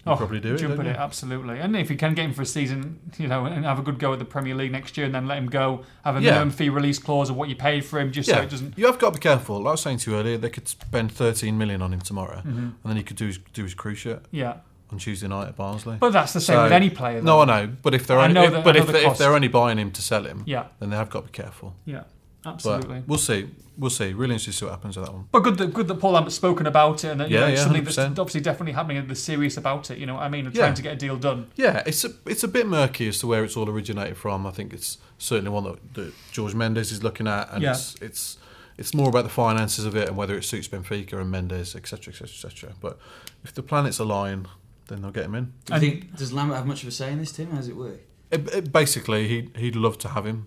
you oh, probably do it. jump at don't you? it absolutely. And if you can get him for a season, you know, and have a good go at the Premier League next year, and then let him go, have a Yeah. minimum fee release clause of what you paid for him, just so it doesn't. You have got to be careful. Like I was saying to you earlier, they could spend 13 million on him tomorrow, Mm. and then he could do his, do his cruise shirt Yeah, on Tuesday night at Barnsley. but that's the same So- with any player. no, though. I know. But if they're I only, know if- that- I but know if, the they, if cost. they're only buying him to sell him, Yeah, then they have got to be careful. yeah. Absolutely. But we'll see. We'll see. Really interested to see what happens with that one. But good that good that Paul Lambert's spoken about it, and that you Yeah, know, it's yeah, something that's 100%. obviously definitely happening, and they're serious about it. You know what I mean? And Yeah. trying to get a deal done. Yeah, it's a, it's a bit murky as to where it's all originated from. I think it's certainly one that, that George Mendes is looking at, and Yeah. it's it's it's more about the finances of it and whether it suits Benfica and Mendes, etc., etc., etc. But if the planets align, then they'll get him in. Do you think does Lambert have much of a say in this, Tim? How does it work? It, it- basically, he he'd love to have him,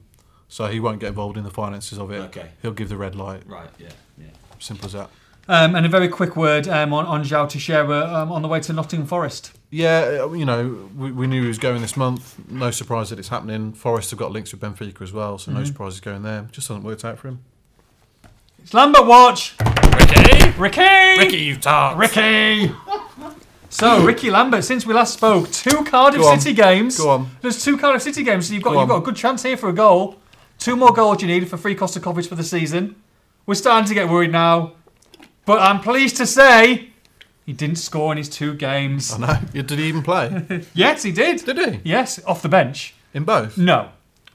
so he won't get involved in the finances of it. Okay. he'll give the red light. Right. Yeah. Yeah. Simple as that. Um, and a very quick word um, on on João Teixeira um, on the way to Nottingham Forest. Yeah, uh, you know, we, we knew he was going this month. No surprise that it's happening. Forest have got links with Benfica as well, so Mm-hmm. no surprise he's going there. Just hasn't worked out for him. It's Lambert watch, Ricky, Ricky. you tart. Ricky. So Ricky Lambert, since we last spoke, two Cardiff Go on. City games. Go on. There's two Cardiff City games, so you've got Go you've got a on. good chance here for a goal. Two more goals you need for free Costa coverage for the season. We're starting to get worried now, but I'm pleased to say he didn't score in his two games. I know. Did he even play? Yes, he did. Did he? Yes, off the bench. In both? No,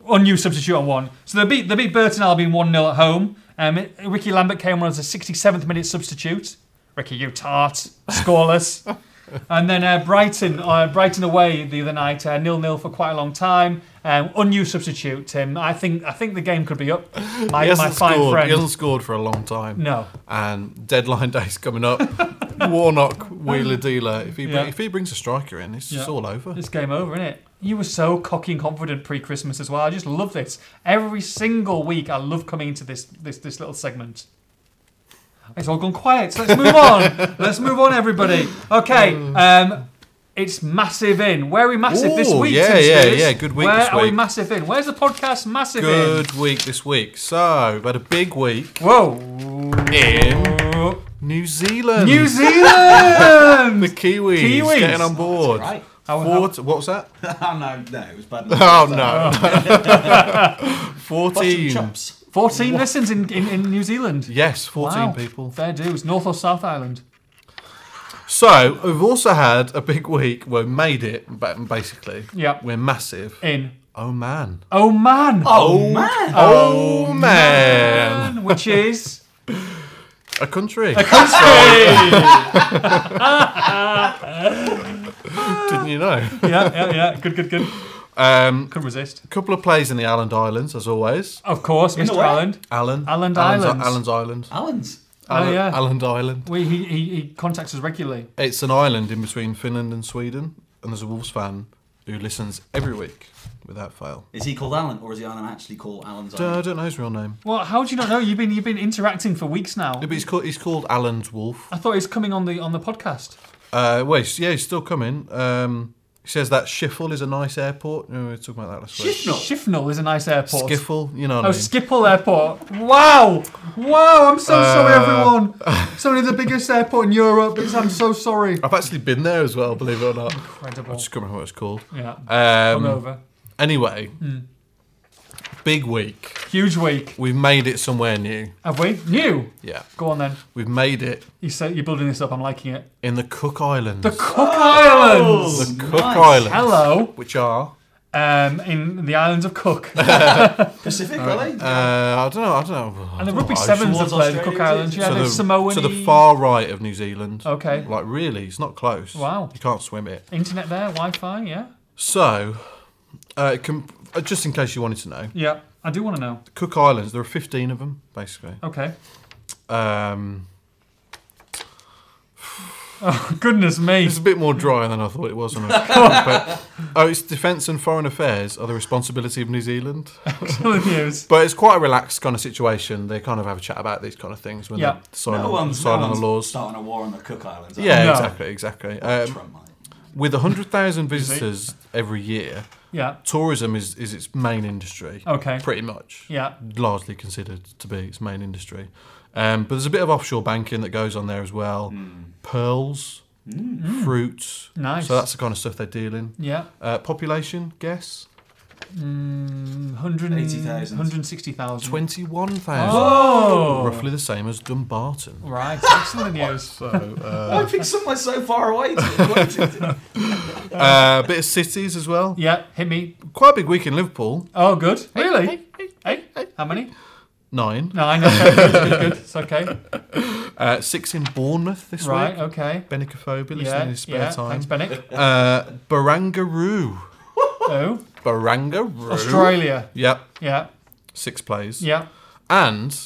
on new substitute on one. So they beat they beat Burton Albion one 0 at home. Um, it- Ricky Lambert came on as a 67th minute substitute. Ricky, you tart, scoreless. and then uh, Brighton, uh, Brighton away the other night, uh, nil nil for quite a long time. Um, unused substitute, Tim. I think I think the game could be up. My, He my hasn't, fine scored. friend. he hasn't scored for a long time. No. And deadline day's coming up. Warnock, Wheeler Dealer. If he, bring- Yeah. if he brings a striker in, it's Yeah. just all over. This game over, isn't it? You were so cocky and confident pre-Christmas as well. I just love this. Every single week, I love coming into this this this little segment. It's all gone quiet. So let's move on. let's move on, everybody. Okay. Um, it's massive in. Where are we massive this Mm. Ooh, week? yeah, Tim yeah, Spears? yeah, good week Where this are we week. massive in? Where's the podcast massive Good week this week. So, we've had a big week in? Whoa. in New Zealand. New Zealand. The Kiwis, Kiwis. getting on board. Right. How- how- Fort- what was that? oh no, no, it was bad. Oh no. Bottom 14. chops. 14 listens in, in, in New Zealand. Yes, 14 Wow. people. Fair dues. North or South Island? So, we've also had a big week where we made it, ba- basically. Yep. We're massive. In Oh man. Oh man. Oh man. Oh, man. Man, Which is A country. country. Didn't you know? yeah, yeah, yeah. Good, good, good. Um, Couldn't resist. a couple of plays in the Island Islands, as always. Of course, In the Mr. way. Allen. Alan. Island Alan's, Islands. Alan's Island. Alan's. Oh, Alan, yeah. Aland Island. We, he, he, he contacts us regularly. It's an island in between Finland and Sweden, and there's a Wolves fan who listens every week without fail. Is he called Alan, or is Alan actually called Alan's? I Island? don't know his real name. Well, how do you not know? You've been you've been interacting for weeks now. No, but he's called, he's called Alan's Wolf. I thought he was coming on the on the podcast. Uh, well, he's, yeah, he's still coming. Um, he says that Schiffle is a nice airport. No, we were talking about that last week. Shifnal. Shifnal is a nice airport. Skiffle, you know what Oh, I mean. Schiphol Airport. Wow! Wow, I'm so sorry, everyone. It's only the biggest airport in Europe. It's- I'm so sorry. I've actually been there as well, believe it or not. I Incredible. just can't remember what it's called. Yeah. Um, Hungover. Anyway, Hmm. big week. Huge week. We've made it somewhere new. Have we? New. Yeah. Go on then. We've made it You said you're building this up. I'm liking it. in the Cook Islands. The Cook Islands. The Cook Oh, Nice. Islands. Hello, Which are. um, in the islands of Cook, Pacific, really? Uh, I don't know. I don't know. I and the don't rugby know. sevens have towards played the Australia, Cook is it? Islands. Yeah, So the the, Samoan. to the far right of New Zealand. Okay. Like, really, it's not close. Wow. You can't swim it. Internet there, Wi-Fi. Yeah. So, uh, com- uh, just in case you wanted to know, Yeah. I do want to know. the Cook Islands, there are 15 of them, basically. Okay. Um, Oh, Goodness me. It's a bit more dry than I thought it was. On a but, oh, it's Defence and Foreign Affairs are the responsibility of New Zealand. Killing news. But it's quite a relaxed kind of situation. They kind of have a chat about these kind of things when Yeah. they decide no on, one's, no decide on one's the laws. starting a war on the Cook Islands. are Yeah, No. exactly, exactly. they? Um, Trump might. with 100,000 visitors every year, Yeah. tourism is, is its main industry, Okay. pretty much. Yeah. Largely considered to be its main industry. Um, but there's a bit of offshore banking that goes on there as well. Pearls, fruits. Hmm. Nice. So that's the kind of stuff they deal in. Yeah. Uh, population, guess? Mm, 100, 80,000. 160,000. 21,000. Oh. Roughly the same as Dumbarton. Right. Excellent news. So, uh, I think somewhere so far away. To uh, a bit of cities as well. Yeah. Hit me. Quite a big week in Liverpool. Oh, good. Really? Hey. How many? nine, No, I know. Good, good, good. It's okay. uh, six in Bournemouth this Right, week. okay. Benicophobia, listening Yeah, in his spare yeah. time. Thanks, Bennett. uh, Barangaroo. Oh, Barangaroo. Australia. Yep, Yeah, six plays. yeah. And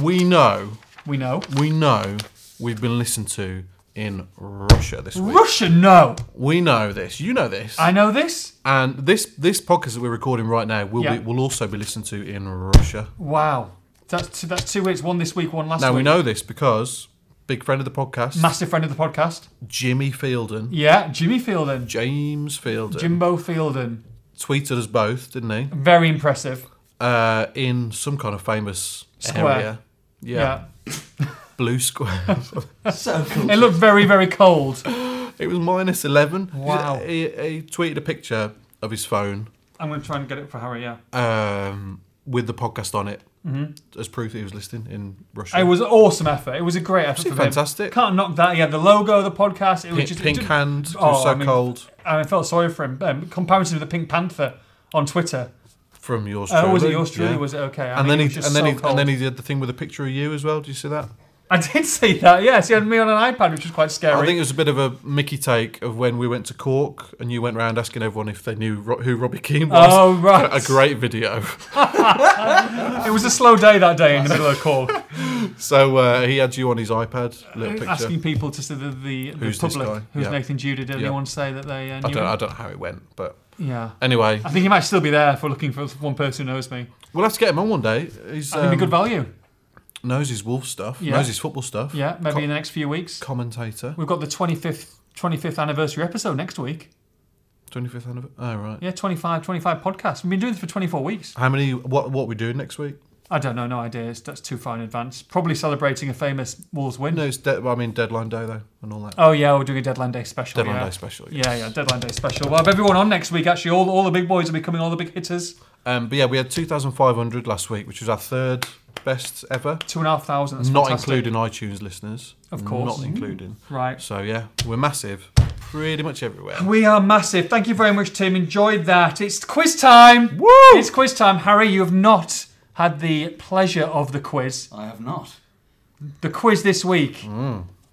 we know, We know. we know we've been listened to in Russia this week. Russia, no. we know this. You know this. I know this. and this this podcast that we're recording right now will Yeah. be, will also be listened to in Russia. Wow. That's two, that's two weeks. One this week, one last Now week. we know this because big friend of the podcast, Massive friend of the podcast. Jimmy Fielden, Yeah, Jimmy Fielden. James Fielden, Jimbo Fielden. tweeted us both, didn't he? Very impressive. Uh, in some kind of famous Square. area. Yeah. Blue square. so cool. yeah. It looked very, very cold. it was minus eleven. Wow. He, he tweeted a picture of his phone I'm going to try and get it for Harry, yeah. um, with the podcast on it Mm-hmm. as proof that he was listening in Russia. It was an awesome effort. It was a great effort. Absolutely for him. fantastic. Can't knock that. He had the logo of the podcast. It was pink, just it pink didn't- hand. it Oh, was so I mean- cold. I felt sorry for him. Um, comparison to the Pink Panther on Twitter. From yours Oh, truly. was it yours truly? Yeah. Was it okay? I mean, and then he it was just and then so he and then cold. he did the thing with a picture of you as well. Do you see that? I did see that. Yes, he had me on an iPad, which was quite scary. I think it was a bit of a Mickey take of when we went to Cork and you went round asking everyone if they knew Ro- who Robbie Keane was. Oh, right. a great video. it was a slow day that day in the middle of Cork, so uh, he had you on his iPad. Little picture. asking people to see the, the, the Who's this public guy? who's Yeah. Nathan Judah. Did Yeah. anyone say that they uh, I knew don't, I him? don't know how it went, but Yeah. anyway, I think he might still be there for looking for one person who knows me. we'll have to get him on one day. He's I think um, a good value. knows his wolf stuff, Yeah. knows his football stuff. Yeah, maybe co- in the next few weeks. Commentator, We've got the 25th 25th anniversary episode next week. 25th anniversary. Oh right. Yeah, 25, 25 podcasts. We've been doing this for 24 weeks. How many? What what we doing next week? I don't know, no idea. It's- That's too far in advance. Probably celebrating a famous Wolves win. No, it's de- I mean deadline day though, and all that. Oh, yeah, we're doing a Deadline Day special. deadline yeah. day special. Yeah, yeah, Deadline Day special. We'll have everyone on next week, actually. All, all the big boys will be coming, all the big hitters. Um, but yeah, we had 2,500 last week, which was our third best ever. Two and a half thousand. That's not fantastic. including iTunes listeners. Of course. Mm-hmm. Not including. Right. So yeah, we're massive pretty much everywhere. We are massive. Thank you very much, Tim. Enjoyed that. It's quiz time. Woo! It's quiz time. Harry, you have not had the pleasure of the quiz. I have not. The quiz this week.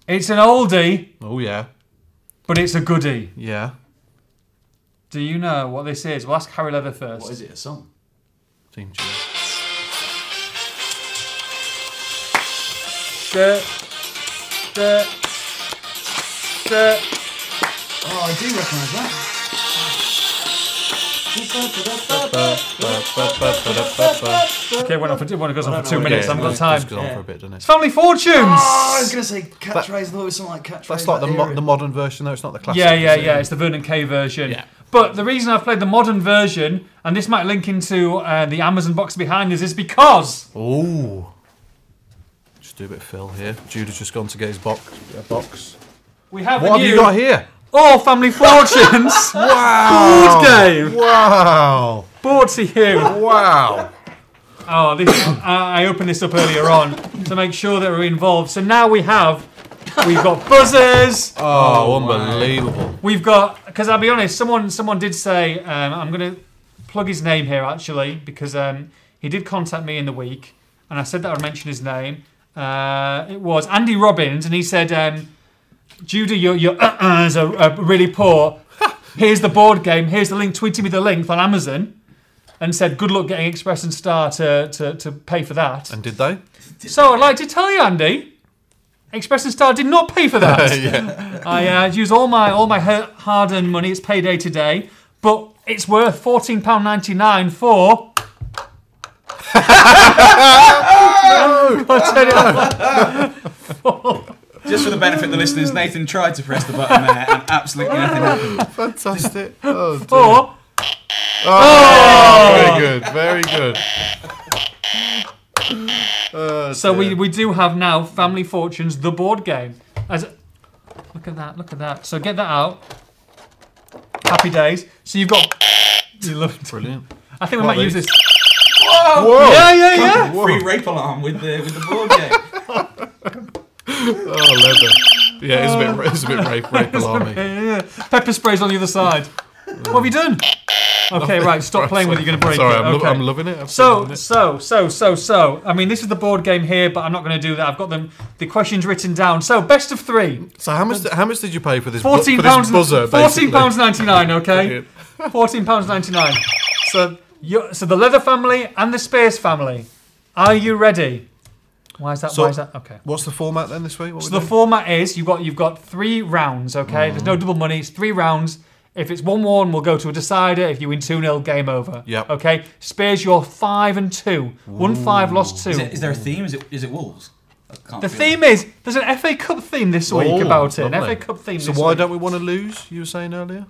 It's an oldie, Oh yeah. but it's a goodie. Yeah. Do you know what this is? We'll ask Harry Leather first. What is it? A song? Team cheer. Duh, duh, duh. Oh, I do recognise that. Uh, Okay, went on for, it goes on for two know what minutes. Yeah, I haven't got it does time. go on Yeah. for a bit, doesn't It's it? Family Fortunes. Oh, I was going to say catchraise. I thought it was something like catchphrase. That's like the, that mo- era. the modern version, though. It's not the classic. yeah, yeah, is it? yeah. It's the Vernon K version. Yeah. But the reason I've played the modern version, and this might link into uh, the Amazon box behind us, is because Ooh. Just do a bit of fill here. Jude has just gone to get his box. yeah, box. we have What a have new you got here? All Family Fortunes Wow! board game Wow! brought to you. Wow! Oh, this, I I opened this up earlier on to make sure that we're involved. So now we have, we've got buzzers. Oh, unbelievable. We've got because I'll be honest, someone someone did say um, I'm going to plug his name here actually because um, he did contact me in the week and I said that I'd mention his name. Uh, it was Andy Robbins and he said, um, "Judah, your your uh-uhs are, are really poor. Here's the board game. Here's the link. Tweeted me the link on Amazon." And said, "Good luck getting Express and Star to, to, to pay for that." And did they? so I'd like to tell you, Andy, Express and Star did not pay for that. yeah. I uh, use all my all my hard-earned money. It's payday today, but it's worth fourteen pound ninety-nine for. I turned it off. Just for the benefit of the listeners, Nathan tried to press the button there, and absolutely nothing happened. Fantastic. Oh, dear. for Oh, very good. Very good. Oh, so we, dear. we do have now Family Fortunes, the board game. As look at that, look at that. So get that out. Happy days. So you've got. You love it. brilliant. Oh, I think we What, might use these? this. Whoa! Yeah, yeah, yeah. Whoa. free rape alarm with the with the board game. Oh, leather. Yeah, it's a bit, it's a bit rape, rape alarmy. Yeah, yeah. Pepper sprays on the other side. What have you done? Okay, right. Stop playing with it. You're going to break Sorry, it. I'm, lo- okay. I'm loving it. I've So, been loving it. so, so, so, so. I mean, this is the board game here, but I'm not going to do that. I've got them the questions written down. So, best of three. so how much? How much did you pay for this? bu- Fourteen for this pounds. buzzer. Fourteen pounds basically? ninety nine. Okay. Fourteen pounds ninety nine. So, you, so the leather family and the Spears family. Are you ready? Why is that? So- why is that? Okay. What's the format then this week? What So we the format is you've got you've got three rounds. Okay. There's Mm. no double money. It's three rounds. If it's one one, we'll go to a decider. If you win two 0 game over. Yep. Okay. Spears, you're five and two. One five, lost two. Is, it, is there a theme? Is it is it wolves? I can't The feel theme is there's an FA Cup theme this week Oh, about it. An lovely. FA Cup theme. so this why week. don't we want to lose? You were saying earlier.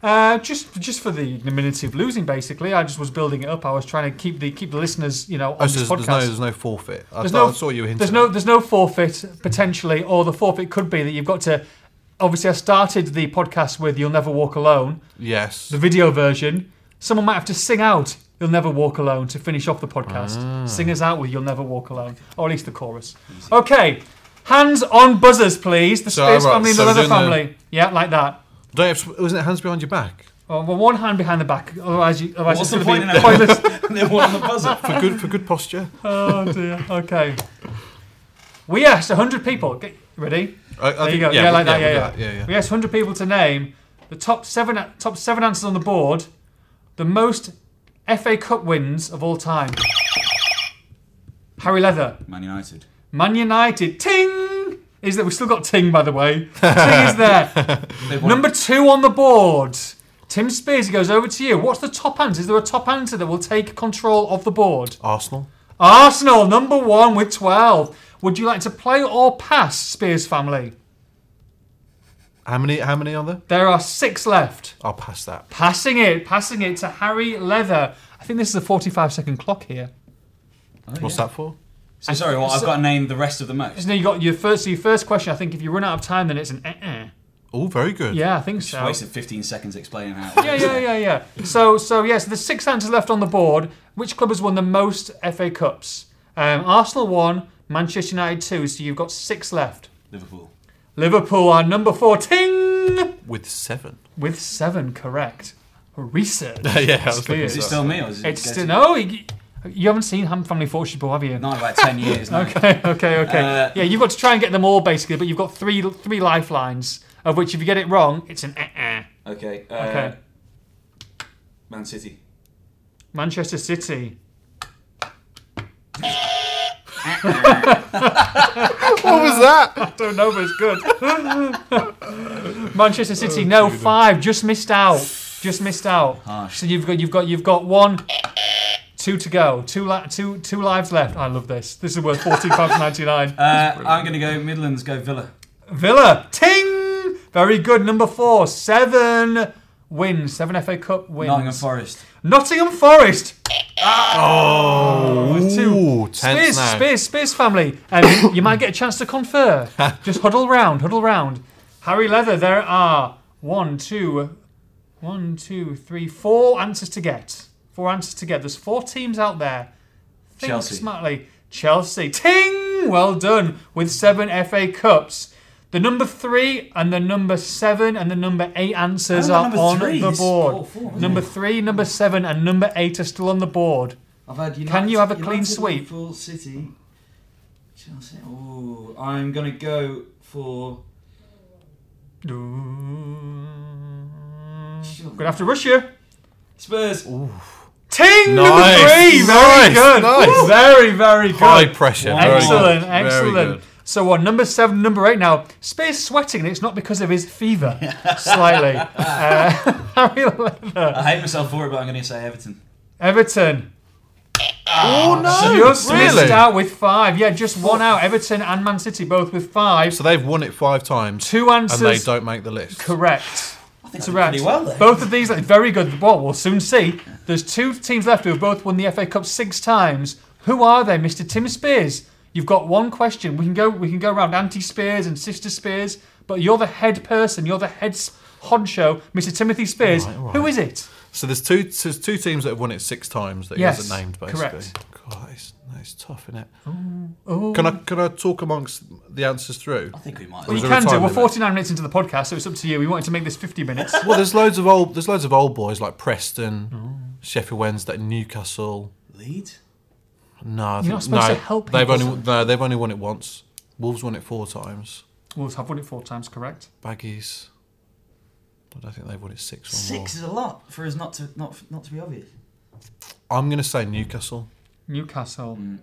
Uh, just just for the ignominy of losing, basically. I just was building it up. I was trying to keep the keep the listeners, you know, on Oh, this so there's, podcast. there's no, there's no forfeit. I, There's thought- no- I saw you hinting. There's no there's no forfeit potentially, or the forfeit could be that you've got to. Obviously, I started the podcast with "You'll Never Walk Alone," Yes. the video version. Someone might have to sing out "You'll Never Walk Alone" to finish off the podcast. Ah. Sing us out with "You'll Never Walk Alone," or at least the chorus. Okay, hands on buzzers, please. The So, Space right, Family and so the we're Leather doing the- Family. Yeah, like that. Don't you have, to- wasn't it hands behind your back? Oh, well, one hand behind the back, otherwise, you, otherwise What's it's the going to point be in pointless. they won the buzzer. For good for good posture. oh dear. Okay. We asked 100 people. Get, ready? I, I There you think- go. Yeah, like that. we'll Yeah, do yeah. yeah, We asked 100 people to name the top seven top seven answers on the board, the most FA Cup wins of all time. Harry Leather, Man United. Man United, Ting. Is that we've still got Ting by the way? Ting is there. They've won. Number two on the board. Tim Spears he goes over to you. What's the top answer? Is there a top answer that will take control of the board? Arsenal. Arsenal, number one with 12. Would you like to play or pass, Spears family? How many? How many are there? There are six left. I'll pass that. Passing it, passing it to Harry Leather. I think this is a 45 second clock here. What's that for? Oh, So sorry, well, I've So- got to name the rest of the match. Isn't it? You got your first, your first question. I think if you run out of time, then it's an eh. Oh, very good. Yeah, I think Just so. wasted 15 seconds explaining how. Yeah, yeah, yeah, yeah. So, so yes, there's six answers left on the board. Which club has won the most FA Cups? Um, Arsenal one, Manchester United two. So you've got six left. Liverpool. Liverpool are number fourteen. With seven. with seven correct. Research. yeah. I was Spears. looking Is That's for that. Is it still me or is it? It's still, no, you, you haven't seen Ham Family Fortune, have you? Not in about 10 years. No. Okay, okay, okay. Uh, yeah, you've got to try and get them all basically, but you've got three three lifelines. Of which, if you get it wrong, it's an eh-eh. Okay. Uh, Okay. Man City. Manchester City. What was that? Don't know, but it's good. Manchester City, no five, just missed out, just missed out. Harsh. So you've got you've got you've got one, two to go, two li- two two lives left. I love this. This is worth fourteen pounds ninety nine. Uh, I'm going to go Midlands, go Villa. Villa, ting! Very good. Number four, seven wins, seven FA Cup wins. Nottingham Forest. Nottingham Forest. Oh, two. tense Spears, now. Spears, Spears family. Um, you might get a chance to confer. Just huddle round, huddle round. Harry Leather, there are one, two, one, two, three, four answers to get. Four answers to get. There's four teams out there. Think Chelsea. smartly. Chelsea. Ting! Well done with seven FA Cups. The number three and the number seven and the number eight answers Oh, are number on three the is board. four, four, isn't number three, number seven, and number eight are still on the board. I've had United, Can you have a United, clean sweep? Liverpool, City, Chelsea. Ooh, I'm gonna go for. We're gonna have to rush you. Spurs. Ting number Nice. three, very Nice, good, nice. very very good. High pressure. Wow. Very good. excellent, Very excellent. good. So on number seven, number eight now. Space sweating, and it's not because of his fever, slightly. Uh, Harry Leather, I hate myself for it, but I'm going to say Everton. Everton. Oh no! just missed really? out with five. Yeah, just one out. Everton and Man City both with five. So they've won it five times, Two and they answers don't make the list. correct. I think Correct. pretty well there. Both of these are very good. Well, we'll soon see. There's two teams left who have both won the FA Cup six times. Who are they, Mr. Tim Spears? You've got one question. We can go. We can go around Auntie Spears and Sister Spears, but you're the head person. You're the head s- honcho, Mr. Timothy Spears. All right, all Who right. is it? So there's two so there's two teams that have won it six times that Yes, he hasn't named basically. correct. God, that is, that is tough, isn't it? Oh. Can I can I talk amongst the answers through? I think we might. Or you is there a can do. time We're limit? 49 minutes into the podcast, so it's up to you. We wanted to make this 50 minutes. Well, there's loads of old there's loads of old boys like Preston, Oh. Sheffield Wednesday, Newcastle. Lead? No, I You're not think- supposed no, to help they've people, only no, they've only won it once. Wolves won it four times. Wolves have won it four times, correct? Baggies. I don't think they've won it six or more. Six is a lot for us not to not not to be obvious. I'm going to say Newcastle. Newcastle. Mm.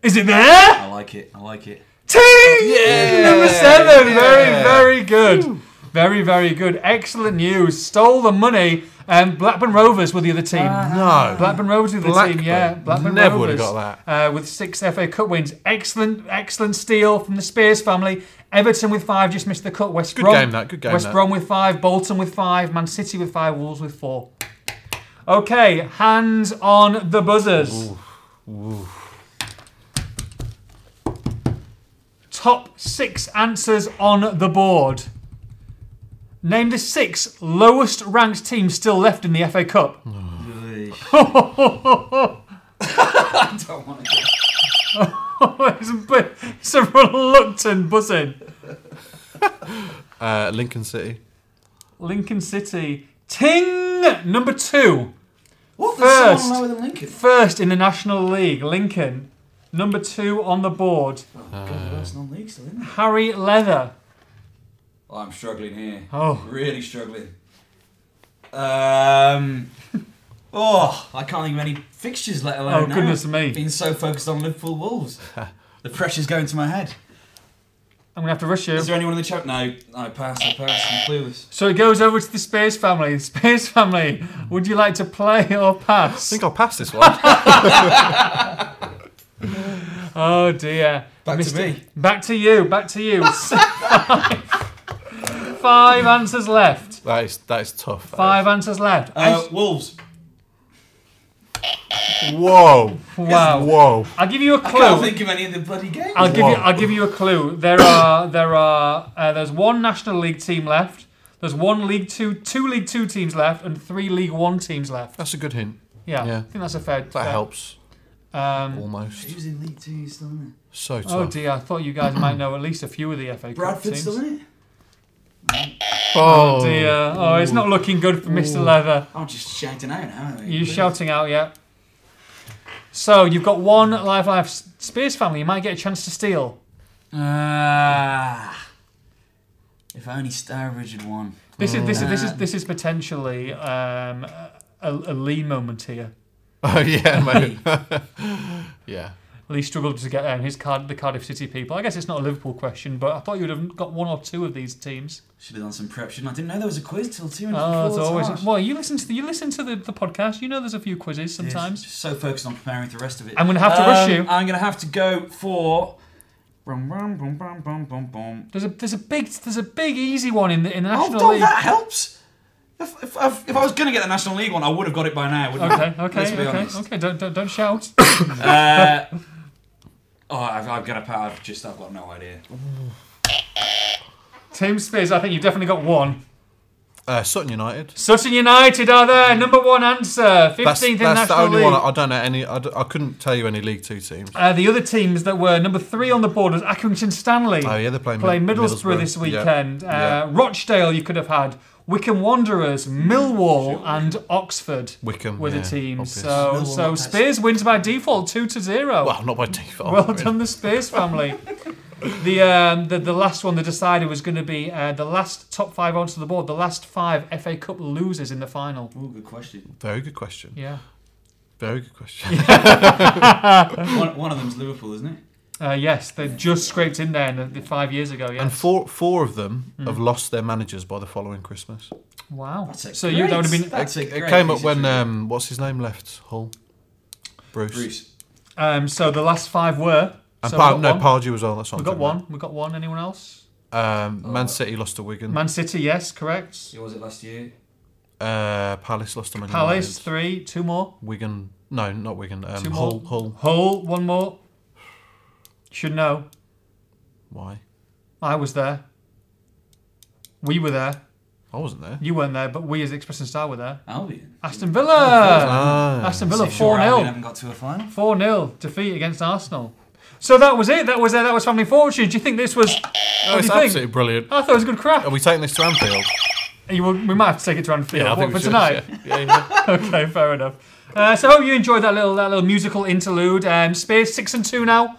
Is it there? I like it. I like it. Ting! Number seven. Very, very good. Very, very good. Excellent news. Stole the money. And Blackburn Rovers were the other team. No. Blackburn Rovers were the Blackburn. team, yeah. Blackburn Never Rovers, would've got Uh, with six FA Cup wins. Excellent, excellent steal from the Spears family. Everton with five, just missed the cut. West Good Brom. game that, good game West that. Brom with five, Bolton with five, Man City with five, Wolves with four. Okay, hands on the buzzers. Top six answers on the board. Name the six lowest ranked teams still left in the FA Cup. I don't want to. it's, a bit, it's a reluctant buzzing. Uh, Lincoln City. Lincoln City. Ting! Number two. What? There's First. someone lower than Lincoln. First in the National League. Lincoln. Number two on the board. Oh, God, Uh. worse non-league still, isn't it? Harry Leather. Oh, I'm struggling here. Oh. Really struggling. Um. Oh, I can't think of any fixtures, let alone. Oh, now. goodness me. Been so focused on Liverpool Wolves. the pressure's going to my head. I'm going to have to rush you. Is there anyone in the chat? No, I pass, I pass, I'm clueless. So it goes over to the Space family. Space family, would you like to play or I pass? think I'll pass this one. Oh dear. Back to me. Back to you. Back to you. five, five answers left. that is that is tough. that Five answers left. Uh, Wolves. is. Whoa. Wow. Whoa. I'll give you a clue. Can't think of any of the bloody games. I'll give you. Whoa. I'll give you a clue. There are. There are. Uh, there's one National League team left. There's one League Two, two League Two teams left, and three League One teams left. That's a good hint. Yeah, Yeah. I think that's a fair. That fair- helps Um, almost. Who's in League Two still in it? So tough. oh dear, I thought you guys might know at least a few of the FA Cup Bradford's teams. still in it? Oh dear. Oh, it's not looking good for Mr. Leather. I'm just shouting out now, aren't I? You're shouting out, yeah. So you've got one life life Spears family. You might get a chance to steal. Ah. If only Starbridge had won. This is this is Mm. this is this is potentially um, a, a Lee moment here. Oh yeah, mate. yeah. Lee struggled to get um, his card the Cardiff City people. I guess it's not a Liverpool question, but I thought you would have got one or two of these teams. Should have done some prep, shouldn't I? Didn't know there was a quiz till two and Oh, it's four, always harsh. well. You listen to the, you listen to the, the podcast. You know, there's a few quizzes Yes, sometimes. Just so focused on preparing for the rest of it. Um, I'm gonna have to rush you. I'm gonna have to go for. Bum, bum, bum, bum, bum, bum, bum. There's a there's a big there's a big easy one in the in the Oh, National no, League. that helps. If, if, if, if I was gonna get the National League one, I would have got it by now. Wouldn't Okay, I? okay, Let's be okay, honest. okay. Don't don't, don't shout. Uh, oh, I've, I've got a power. I've just I've got no idea. Team Spears, I think you've definitely got one. Uh, Sutton United. Sutton United are their number one answer. That's, Fifteenth in that's the National only League. one I, I don't know any. I, d- I couldn't tell you any League Two teams. Uh, the other teams that were number three on the board was Accrington Stanley. Oh yeah, they're playing Play Mid- Middlesbrough, this weekend. Uh, Rochdale, you could have had. Wickham Wanderers, Millwall, and Oxford Wickham were the yeah, teams. obvious. So, Millwall so not best. Spears wins by default, two to zero. well, not by default. Well I mean. done, the Spears family. the, um, the the last one they decided was going to be uh, the last top five onto the board, the last five FA Cup losers in the final. Oh, good question. Very good question. Yeah, Very good question. One, one of them's Liverpool, isn't it? uh, yes, they just scraped in there in the, the five years ago. Yeah, And four four of them Hmm. have lost their managers by the following Christmas. wow. That's a so you that great- would have been That's a it great came up piece of when trivia. um, what's his name left Hull, Bruce, Bruce. um, so the last five were. and so Par- we no got one. Pardew as well. That's what we I'm got thinking one. We got one. Anyone else? about. Um, Man City lost to Wigan. Man City, yes, correct. Who was it last year? uh, Palace lost to Man Palace, United. three, two more. Wigan. No, not Wigan. Um, Two Hull. more. Hull. Hull, one more. Should know. Why? I was there. We were there. I wasn't there. You weren't there, but we as the Express and Star were there. Albion. Aston Villa! Ah. Aston Villa So 4 Albion 0. haven't got to a final. 4 0 defeat against Arsenal. So that was it. That was uh, that was Family Fortune. Do you think this was. Oh, what do it's you think? absolutely brilliant. I thought it was good crap. Are we taking this to Anfield? You will- we might have to take it to Anfield I what, we for should, tonight. Yeah, yeah, yeah. okay, fair enough. Uh, so I hope you enjoyed that little that little musical interlude. Um, Spears six and two now.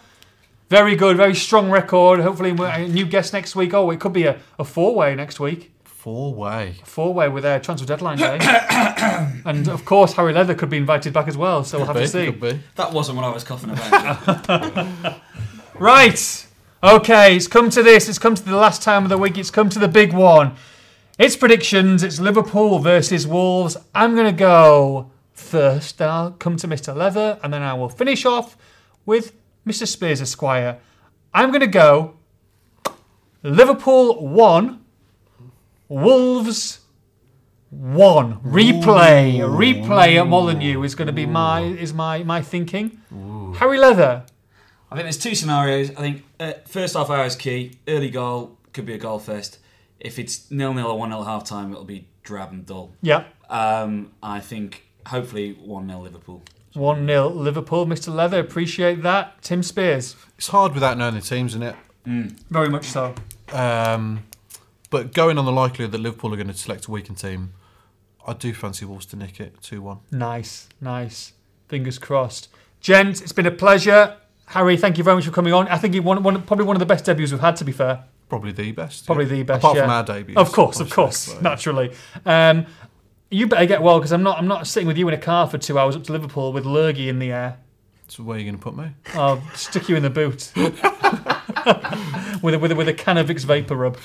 Very good, very strong record. Hopefully, we're- a new guest next week. Oh, it could be a, a four way next week. Four way. Four way with uh, transfer deadline day, and of course Harry Leather could be invited back as well. So we'll have to Could see. be, could be. That wasn't what I was coughing about. Right. Okay, it's come to this. It's come to the last time of the week. It's come to the big one. It's predictions. It's Liverpool versus Wolves. I'm going to go first. Then I'll come to Mr. Leather. And then I will finish off with Mr. Spears Esquire. I'm going to go Liverpool 1, Wolves 1. Replay. Replay at Molineux is going to be my, is my, my thinking. Harry Leather. I think there's two scenarios. I think uh, first half hour is key. Early goal could be a goal first. If it's nil nil or one 0 half time, it'll be drab and dull. Yeah. Um, I think hopefully one 0 Liverpool. 1 0 Liverpool. Mr. Leather, appreciate that. Tim Spears. It's hard without knowing the teams, isn't it? Very much so. Um, but going on the likelihood that Liverpool are going to select a weakened team, I do fancy Wolves to nick it 2 1. Nice, nice. Fingers crossed. Gents, it's been a pleasure. Harry, thank you very much for coming on. I think you one, one, probably one of the best debuts we've had, to be fair. Probably the best. Probably yeah. the best. Apart yeah. from our debut. Of course, of course, naturally. Um, you better get well because I'm not. I'm not sitting with you in a car for two hours up to Liverpool with Lurgy in the air. So where are you going to put me? I'll stick you in the boot with a, with a, with a can of Vicks vapor rub.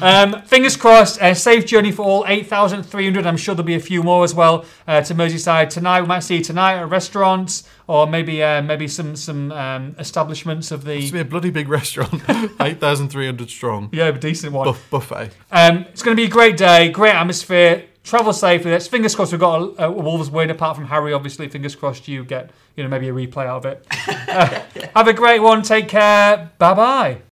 um, fingers crossed. Uh, safe journey for all. Eight thousand three hundred. I'm sure there'll be a few more as well uh, to Merseyside tonight. We might see you tonight at restaurants or maybe uh, maybe some some um, establishments of It's the going to be a bloody big restaurant, 8,300 strong. yeah, a decent one. Buff- buffet. Um, it's going to be a great day, great atmosphere. Travel safely. Let's fingers crossed we've got a, a Wolves win. Apart from Harry, obviously, fingers crossed you get you know maybe a replay out of it. Uh, have a great one. Take care. Bye bye.